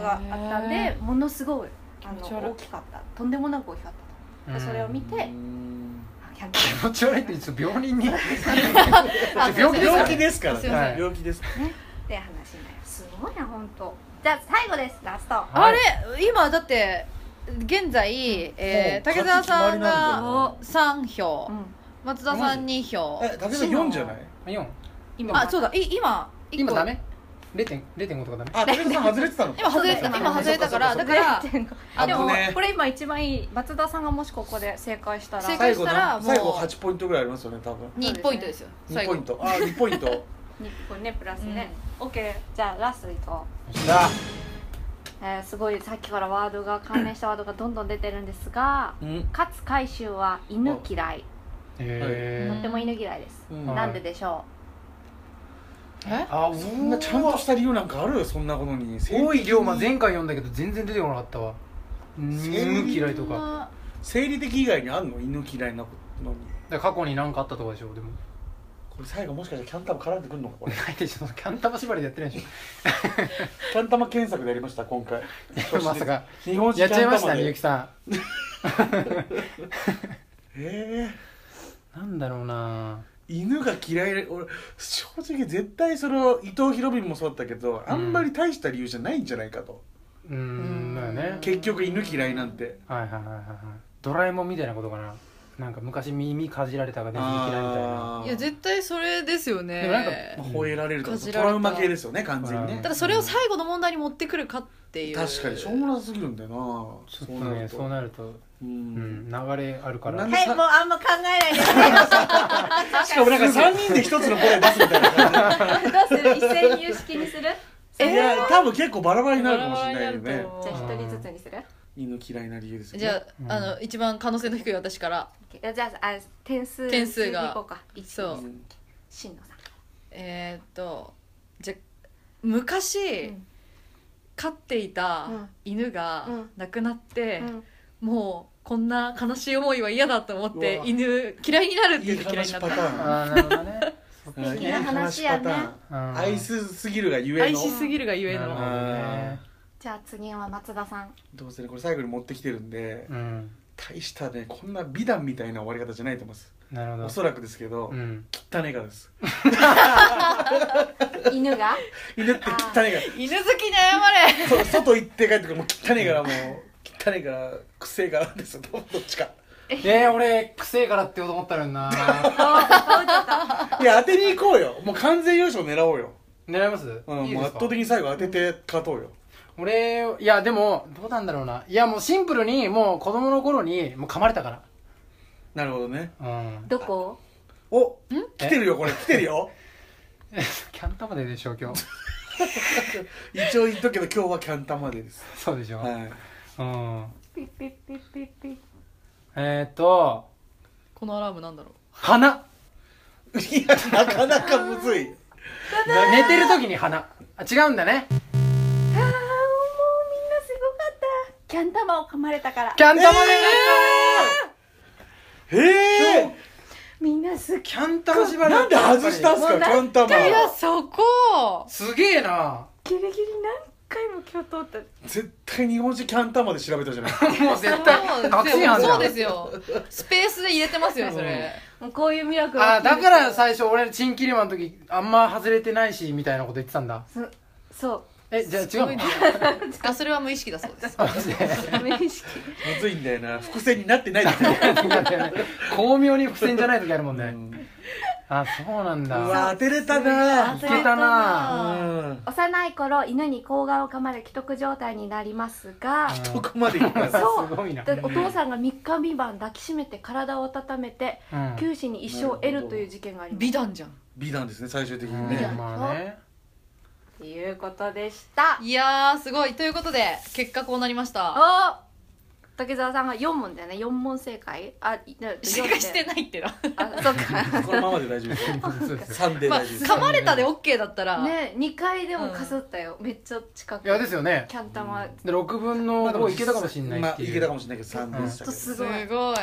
F: うん
L: があったんで、
C: へ
L: ものすごいあ
C: 気持ち悪い
L: の大きかったとんでもなく大きかったと、それを見て、あキャンタマ
F: 気持ち悪いってちょっと病人 に
C: あ
F: 病気です
E: 病
F: か
E: 気
F: ら
E: ですから
C: すい
E: ね
C: ま
F: せん
E: はい病気ですから
L: って話になるすごいな本当じゃあ最後ですラスト
C: あれ今だって現在、えー、
E: もう
C: 竹澤さん
E: 勝
C: が
E: ち
C: 3票、
L: うん
C: 松田さん2票
E: え武田さん4じゃない
F: 4
L: 今
C: あそうだい今一個
F: 今ダメ0.0.5とかダメ
E: あ武田さん外れてたのか
C: 今外れた
E: そうか
C: 今外れたから
E: そう
C: だ
E: か
C: か
E: そう から
C: あ
L: でも
E: 危ねえ
L: これ今一番いい松田さんがもしここで正解したら
C: 正解
E: 最後
C: したら
E: な
C: もう
E: 最後8ポイントぐらいありますよね多分
C: 2ポイントですよ
E: 2
C: 最
E: ポ
C: 後
E: イントあ2ポイントよ
L: にこれねプラスね、オッケーじゃあラストいこう、
E: っしゃ
L: えーすごいさっきからワードが関連したワードがどんどん出てるんですが
E: うん
L: 勝海舟は犬嫌い
F: へ
L: と
F: ー
L: っても犬嫌いです、
E: うん
L: なんででしょ
C: え
F: あ
E: そんなちゃんとした理由なんかあるそんなことに
F: 大井龍馬
E: 生理的に
F: 前回読んだけど全然出てこなかったわ
E: 生
F: 犬
E: 理
F: 嫌いとかだか
E: 生理的以外にあんの犬嫌いなのに
F: ら過去に何かあったとかでしょでも
E: これ最後もしかしたらキャンタマ絡んでくるのか これ
F: ないでしょそのキャンタマ縛りでやってないでし
E: キャンタマ検索でやりました今回
F: ょまさか
E: 日本
F: や
E: 史
F: っ
E: キ
F: ちゃい
E: ャン
F: ま
E: タ
F: し
E: マ
F: たね
E: で
F: ゆきさ
E: え
F: んなんだろうな
E: ー、犬が嫌いで俺正直絶対その伊藤博文もそうだったけどあんまり大した理由じゃないんじゃないかと、
F: うーんだよね
E: 結局犬嫌いなんて
F: はいはいはいはいはいドラえもんみたいなことかななんか昔耳かじられたがネズミ嫌いみたいな。
E: あー
C: いや絶対それですよね
F: でもなんか
E: まあ吠えられるとか
C: かじら
E: ト
C: れた
E: ラウマ系ですよね完全に
F: うん
E: ね
C: ただそれを最後の問題に持ってくるかっていう
E: 確かにしょうもなさすぎるんだよな
F: ちょっ
E: そ
F: と
E: うな
F: ね
E: る
F: そう
E: と
F: なると、
E: う
F: うんん、流れあるか
E: な
F: ら
E: ん。
L: はいもうあんま考えないでくだ
E: しかもなんか3人で1つの声出すみたいな感じ
L: さいどうする一斉に有識にする
E: いや多分結構バラバラになるかもしれない
C: バ
E: よ
C: ラバラになる
E: ね
C: と思う
L: じゃあ一人ずつにする
E: 犬嫌いな理由ですよね
C: じゃあ,、
F: うん
C: あの一番可能性の低い私から、
L: いやじゃああ点数
C: 点数が
L: にいこうか一
C: そう
E: うん
L: しんのさん
C: えーっとじゃあ昔、
L: ん
C: 飼っていた
L: うん
C: 犬が
L: うん
C: 亡くなって、
L: うん
C: もうこんな悲しい思いは嫌だと思って
E: うわ
C: 犬嫌いになるって
E: い
C: 言
E: い
C: って嫌いに
E: 話
C: な
E: パ
C: った
E: ターン
F: あーなるほどね。
E: うんいい
L: な話や
E: 話
L: ね
E: パ
F: う
E: ター
F: ん
E: ン愛すすぎるがゆえ
C: 愛
E: の
C: しすぎるがゆえ
F: なるほど
C: の
F: ね
L: じゃあ次は松田さん
E: どうせねこれ最後に持ってきてるんで
F: うん。
E: 大したねこんな美談みたいな終わり方じゃないと思います
F: なるほど
E: お。そらくですけど
F: うん。
E: 汚ねがです
L: 犬が
E: 犬って汚ね
C: 犬好きに謝れ
E: がそう外行って帰ってくるもう汚ねがもう汚ねが癖があるんですよどどっ ちか
F: えー、俺、癖からって言おうと思ったのにな。
E: いや当てに行こうよもう完全優勝狙おうよ、
F: 狙います
E: うん
F: いい
E: もう
F: です
E: 圧
F: か
E: 倒的に最後当てて勝とうよ
F: 俺、いや、でも、どうなんだろうな。いや、もうシンプルに、もう子供の頃に、もう噛まれたか
E: なるほどね
F: ら。うん。
L: どこ
E: お来てるよこれ来てるよ
F: キャンタマででしょ、今日。
E: 一応言っとくけど今日はキャンタマでです、
F: そうでしょ。
E: はい、
F: うん。
L: ピッピッピッピッピッ
F: えっ、ー、と、
C: このアラームなんだろう
F: 鼻。
E: いやなかなかむずい
F: 寝てる時に鼻。あ、違うんだね。
L: あーもうみんなすごかったキャン玉を噛まれたから
F: キャンタマで、
E: ええー、
L: みんなすっ
F: キャンタマ縛り
E: なんで外したんす
L: も
E: か
L: う
E: キャンタマ
C: いやそこ
F: すげえな。
L: ギリギリ何回も今日通っ
E: 絶対日本酒キャンタマで調べたじゃない
F: もう絶対、確信犯だ。
C: そうですよスペースで入れてますよそれ、
L: たもうこういうミラクル
F: あーだか
L: 起きるん
F: ら
L: ですよ
F: 最初俺チンキリマンの時あんま外れてないしみたいなこと言ってたんだ
L: そ
F: えじゃあ違 うの
C: あそれは無意識だそうです
F: マジで
L: う無意識
E: むずいんだよな伏線になってないですよ、
F: 巧妙に伏線じゃない時あるもん
E: う
F: ね、
E: ん
F: あそうなん
E: う
F: だ
E: わ当てれたな
F: あいけたな
E: うん
L: 幼い頃犬に睾丸を噛まれ既得状態になりますが
E: どこまで行くかな
L: そう
F: すごいな
L: だってお父さんが3日未満抱きしめて体を温めて
F: うん
L: 九死に一生を得るという事件があります
C: 美談じゃん
E: 美談ですね最終的に
F: う
E: ね
F: んまあね
L: っていうことでした
C: いやーすごいということで結果こうなりました
L: お竹澤さんが4問だよね4問正解あいな
C: 正解してないってな
L: あそうか
E: このままで大丈夫です
F: そうですよ
E: 3で
C: まあ
E: 大丈夫です
C: 噛まれたで OK だったら、
L: ね2回でもかすったよ、めっちゃ近く
F: いやですよね
L: キャン玉、ちょ
F: で6分の5いけたかもしんない
E: まあ
F: っていう、
E: いけたかもしれないけど3でし
L: った
E: け
L: と
E: ど
L: す
C: す
L: ごい
C: ごい
F: も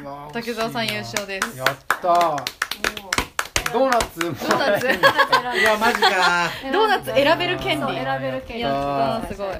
F: うわ
C: 竹澤さん優勝です
F: やったードーナツも
C: ドーナツ
E: いやマジか
C: ドーナツ選べる権
L: そう
C: 利
L: 選べる権利
C: やったーすごい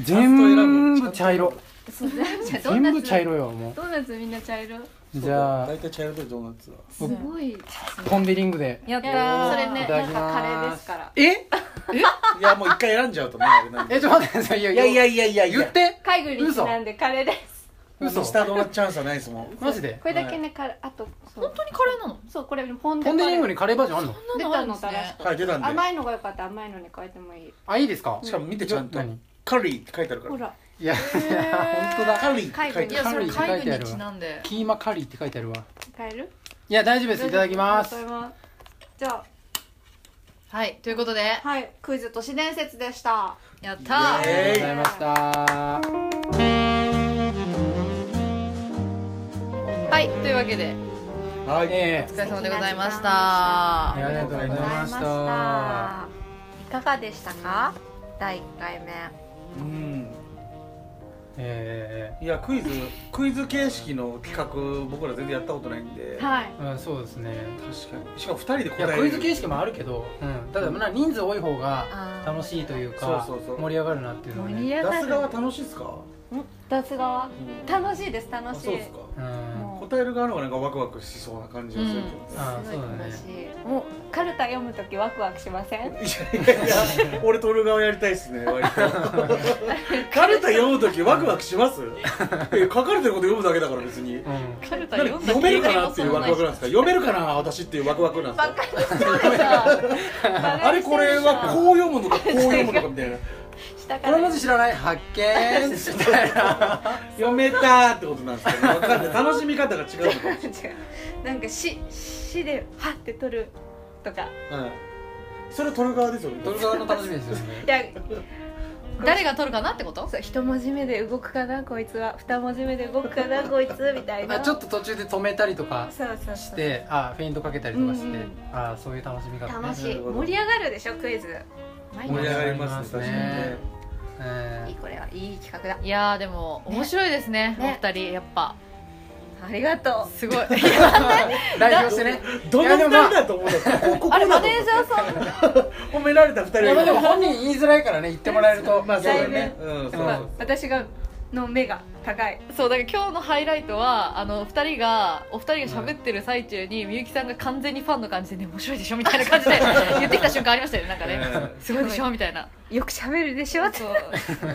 F: 全部茶色
L: そうじゃあドーナ
F: 全
L: ツ
F: 部茶色よも
L: ドーナツみんな茶色
F: うじゃあ
E: 大体チャイルドドーナツは
L: すごい
F: ポンデリングで
C: やったー
L: それね
F: いただ
L: な
F: き
L: ん
F: ま
L: か
F: す
L: カレーですから
F: え
E: いやもう一回選んじゃうとねあれなんで
F: えちょっと待ってくださいいや
E: いやいやいやいやい
F: 言っ
E: や
F: て
L: 海軍にちなんでカレーです
F: 嘘
E: 下ドーナツチャンスはないですもん
F: マジで
L: これだけねカレーあとそう
C: 本当にカレーなの
L: そうこれポンデ
F: ポンデリング
L: に
F: にカレーバージョンあんの
L: 出たのだらしく
E: はい出たんで
L: 甘いのが良かったら甘いのに変えてもいい
F: あいいですか
E: しかも見てちゃんと
F: 何
E: カロリーって書いてあるか
L: ほ
E: ら
L: ら
F: いやいや本当だ
E: カロリーって書い
C: い
E: てあ
C: や
E: る
C: それ
F: カレーっ
C: 海
F: て書いてあ
C: 軍
F: る
C: にちなんで
F: キーマカリーって書いてあるわ
L: 変える
F: いや大丈夫ですいただきます
L: ありがとうございますじゃあ
C: はいということで
L: はいクイズ都市伝説でした
C: やったー
E: イエ
F: ありがとう
E: ー
F: ございました
C: はいというわけで
E: はい
F: え
C: お疲れ様でございまし
F: えいや
C: た
F: ありがとうございました
L: いかがでしたか第1回目
E: うん
F: え
E: いやクイズクイズ形式の企画僕ら全然やったことないんで
L: はい
F: えうんそうですね
E: 確かにしかも2人で
F: い
E: 答え
F: や
E: る
F: クイズ形式もあるけどうんただまあ人数多い方が
L: あー
F: 楽しいというか
E: そうそうそう
F: 盛り上がるなっていうのは
L: 盛り
F: ね
L: 上が
E: 出
L: る
E: す側楽しいっすか
L: ん出す側
E: うん
L: 楽しいです楽
E: あ
L: し
E: そう
L: い
E: っすか
F: うん
L: も
E: 答える側の方がなんかワクワクしそうな感じがするけ
F: ああそうだね
L: もうカルタ読むときワクワクしません
E: ど、いやいや俺撮る側やりたいっすね割とカルタ読む時ワクワクしますえ書かれてること読むだけだから別に
F: うん
C: カルタ
E: 何
C: 読んだ
E: 読めるかなっていうワクワクなんですか読めるかな私っていうワクワクなんですか あれこれはこう読むのかこう読むのかみたいな
L: 下
F: こ
L: か
F: の文
L: ら
F: 字知らない発見 みたいな
E: 読めたってことなんですけど、ね、わかんない楽しみ方が違うのかもしれ
L: なんかし死でハッて取るとか
E: ない、はい、それ撮る側ですよね
F: 撮る側の楽しみですよね
L: いや
C: 誰が取るかなってこと
L: そう一文字目で動くかなこいつは二文字目で動くか なこいつみたいな
F: あちょっと途中で止めたりとか
L: そうそう
F: し
L: そう
F: てあフェイントかけたりとかして、
L: うんうん
F: あそういう楽しみ方ね
D: 楽しい
E: なるほど
D: 盛り上がるでしょクイズ毎
E: 盛
D: 日
E: り上がりますね確かにね
F: え
D: いいこれはいい企画だ
C: いやーでも面白いですね
D: ね
C: お二人やっぱ
D: ありがと
C: すごい
F: ー代表してね
E: どの二人だと思うんだここここ
C: あ
E: だ
C: れ
E: と
C: マ
E: 思
C: ネージャーさん
E: う褒められた二人
F: いやまあでも
E: が
F: 本人言いづらいからね言ってもらえると
E: まあそうだ
F: 逆に
E: ねうんそう
F: まあ
L: 私がの目が高い
C: そうだから今日のハイライトはあの二人がお二人が喋ってる最中にみゆきさんが完全にファンの感じで、ね、面白いでしょみたいな感じ で言ってきた瞬間ありましたよねなんかね
E: う
C: すごいでしょみたいな
L: よく喋るでしょ
C: そう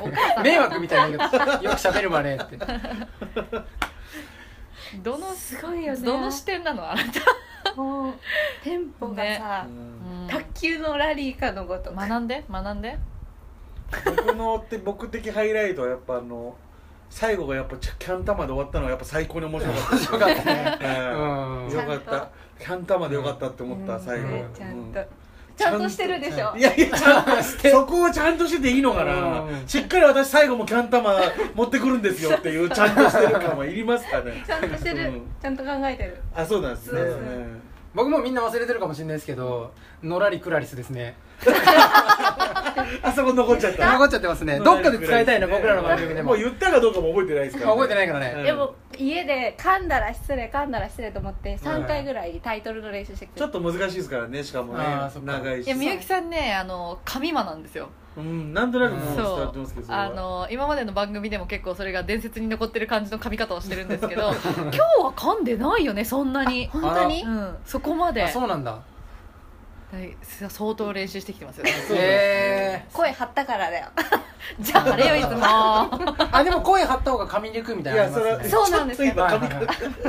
C: お母さん
F: 迷惑みたいな言い方よく喋るまねって
C: どの
L: すごいよね
C: どの視点なのあなた、
L: もうテンポがさ、
E: うん
L: 卓球のラリーかのごとく
C: 学んで学んで
E: 僕のって僕的ハイライトはやっぱあの最後がやっぱちゃキャン玉で終わったのはやっぱ最高に面白かったです
F: よかったね
E: うん
F: うん
E: よかったキャン玉でよかったって思った最後
F: うん
L: ちゃ
E: うんん
L: と、ちゃんとしてるでしょ
E: いやいやちゃんとしてそこをちゃんとしてていいのかな、
F: うん
E: しっかり私最後もキャン玉持ってくるんですよっていうちゃんとしてる感はいりますかね
L: ちゃんとしてる、
E: うん
L: ちゃんと考えてる
E: あそうなんですね、
L: そうそう
E: うん
F: 僕もみんな忘れてるかもしれないですけどのらりくらりすですね
E: あそこ残っちゃった
F: 残っちゃってますねどっかで使いたいな僕らの番組で
E: も
F: も
E: う言ったかどうかも覚えてないですから、
F: 覚えてないからね
E: うん
L: でも家で噛んだら失礼噛んだら失礼と思って3回ぐらいタイトルの練習してきて
E: ちょっと難しいですからねしかもね
F: あーそっか
E: 長いし
C: いやみゆきさんねあの神魔なんですよ
E: うんなんとなくもう伝わ
C: そ
E: ってますけ
C: う
E: どそれは
C: あの今までの番組でも結構それが伝説に残ってる感じの噛み方をしてるんですけ ど今日は噛んでないよねそんなに
F: 本当に
C: うん、そこまで
F: あそうなんだ
C: はいす相当練習してきて ますよ
F: へえ
L: 声張ったからだよ
C: じゃああれよいつも
F: あでも声張った方が噛みにくいみたい
E: い
F: なのあ
E: や
F: り
E: そ
F: ま
E: れは
F: すね
L: そうなんですよ
E: ちょっと今髪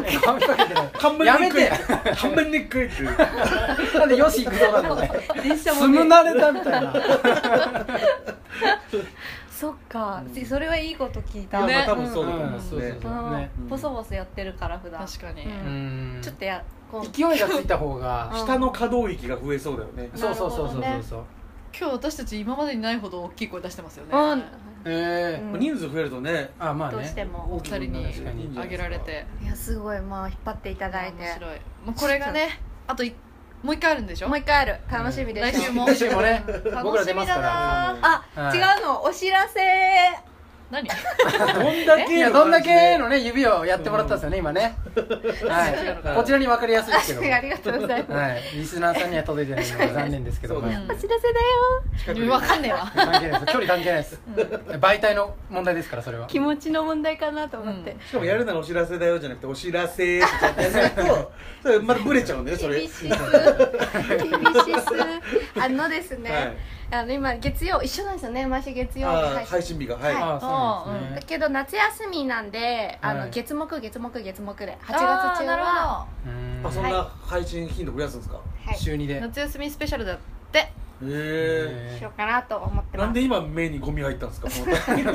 F: 噛みかけてない
E: 半
F: や
E: 分に
F: め
E: くい
F: て
E: 半分にく いっていう
F: なんでよし行くぞなのね
L: 実
F: 住む慣れたみたいな
L: そっか、それはいいこと聞い
E: いや
L: た、
E: まあ多分そうだと思い
F: ん
E: ます
F: そうそう
E: ね
F: そうね
L: うんボソボソやってるから普段
C: 確かに、
L: うん
F: うん
L: ちょっとやこう
F: 勢いがついた方が
L: うん
E: 下の可動域が増えそうだよね
F: そうそうそうそう
L: なる
F: そ
L: ほどね
F: うそ
C: 今
F: う
C: 日私たち今までにないほど大きい声出してますよね、
L: うん
F: え
L: うん
E: 人数増えるとね
F: えあまあ
L: どうし
F: ね
L: ても
C: お二人
F: 確かに
C: にあげられて
L: いやすごいまあ引っ張っていただい
C: 面
L: て
C: 白いもうこれが ねあといもう一回あるんでしょ
L: もう一回ある楽しみで
C: 来
L: し
C: 週
L: ょ、
C: も
F: 来週もね僕ら出ますから
L: ああ
F: はい
L: 違うのお知らせ
C: 何
E: どんだけ
F: いやどんだけのね指をやってもらったんですよね今ねはいこちらに分かりやすいですけど
L: ありがとうございます、
F: はいリスナーさんには届いてないのが残念ですけど
E: そう
F: は
E: で
F: い
E: す
L: お知らせだよ
E: 近く
C: うん
E: に
C: わかんねえ わ
F: 関係ないです距離関係ないです媒体の問題ですからそれは
L: 気持ちの問題かなと思って、
E: しかもやるならお知らせだよじゃなくてお知らせってやる とそれまたブレちゃうんだよそれ
D: 厳しいっす厳しいっすあのですね、
E: はい
D: あの今月曜一緒なんですよね毎週月曜日
E: あー
D: 配信
E: 配信日がはい
F: ああそうな
D: だ
F: んですね
D: けど夏休みなんで、あ
F: は
D: の
F: い
D: 月木月木月木で8月
C: あー
D: 中
C: なる
D: は
C: ほ
F: うん
E: あそんな配信頻度増やすんですか
F: 週2
C: ど
F: で
C: 夏休みスペシャルだって
E: へ
D: しようかなと思って
E: え
D: ます
E: なんで今目にゴミ入ったんですかこの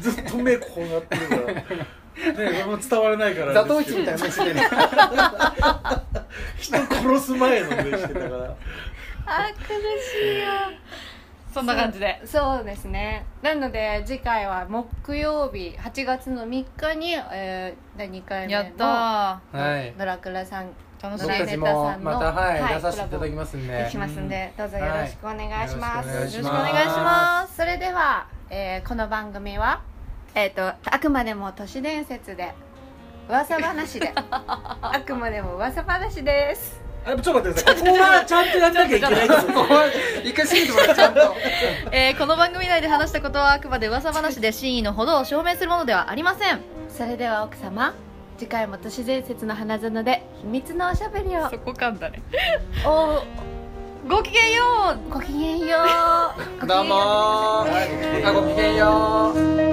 E: ずっと目こうなってるからね えこれも伝わらないから
F: 座頭
E: です
F: 市
E: けど
F: みたいな目してね
E: 人殺す前の目してたから
L: あー苦しいよ
C: そんな感じで
L: そうですねなので次回は木曜日8月の3日に、えー、第2回目
C: や
L: の
C: った
F: はい
L: ドラクラさ
C: ー
L: ん
C: 楽し
L: ド
C: み
L: ラ
F: 僕た
L: えもん
F: ちもまたはい
L: はい
F: 出させていただきますんで
L: できますんで、どうぞよろしくお願いします、
F: はいよろしくお願いします
C: よろしくお願いします
L: それでは、えーこの番組は、えー、とあくまでも都市伝説で噂話 であくまでも噂話です
E: あ ちょっと待ってくださいここはちゃんとやんなきゃいけない です
F: 뭐,
E: よ
F: 一回閉めてもらってちゃんと
C: えーこの番組内で話したことはあくまで噂話で真意のほどを証明するものではありません
L: それでは奥様次回も都市伝説の花園で秘密のおしゃべりを
C: そこかんだね
L: お
C: ごきげんよう
L: ごきげんようごきげんよ
F: どうもーあごきげんよう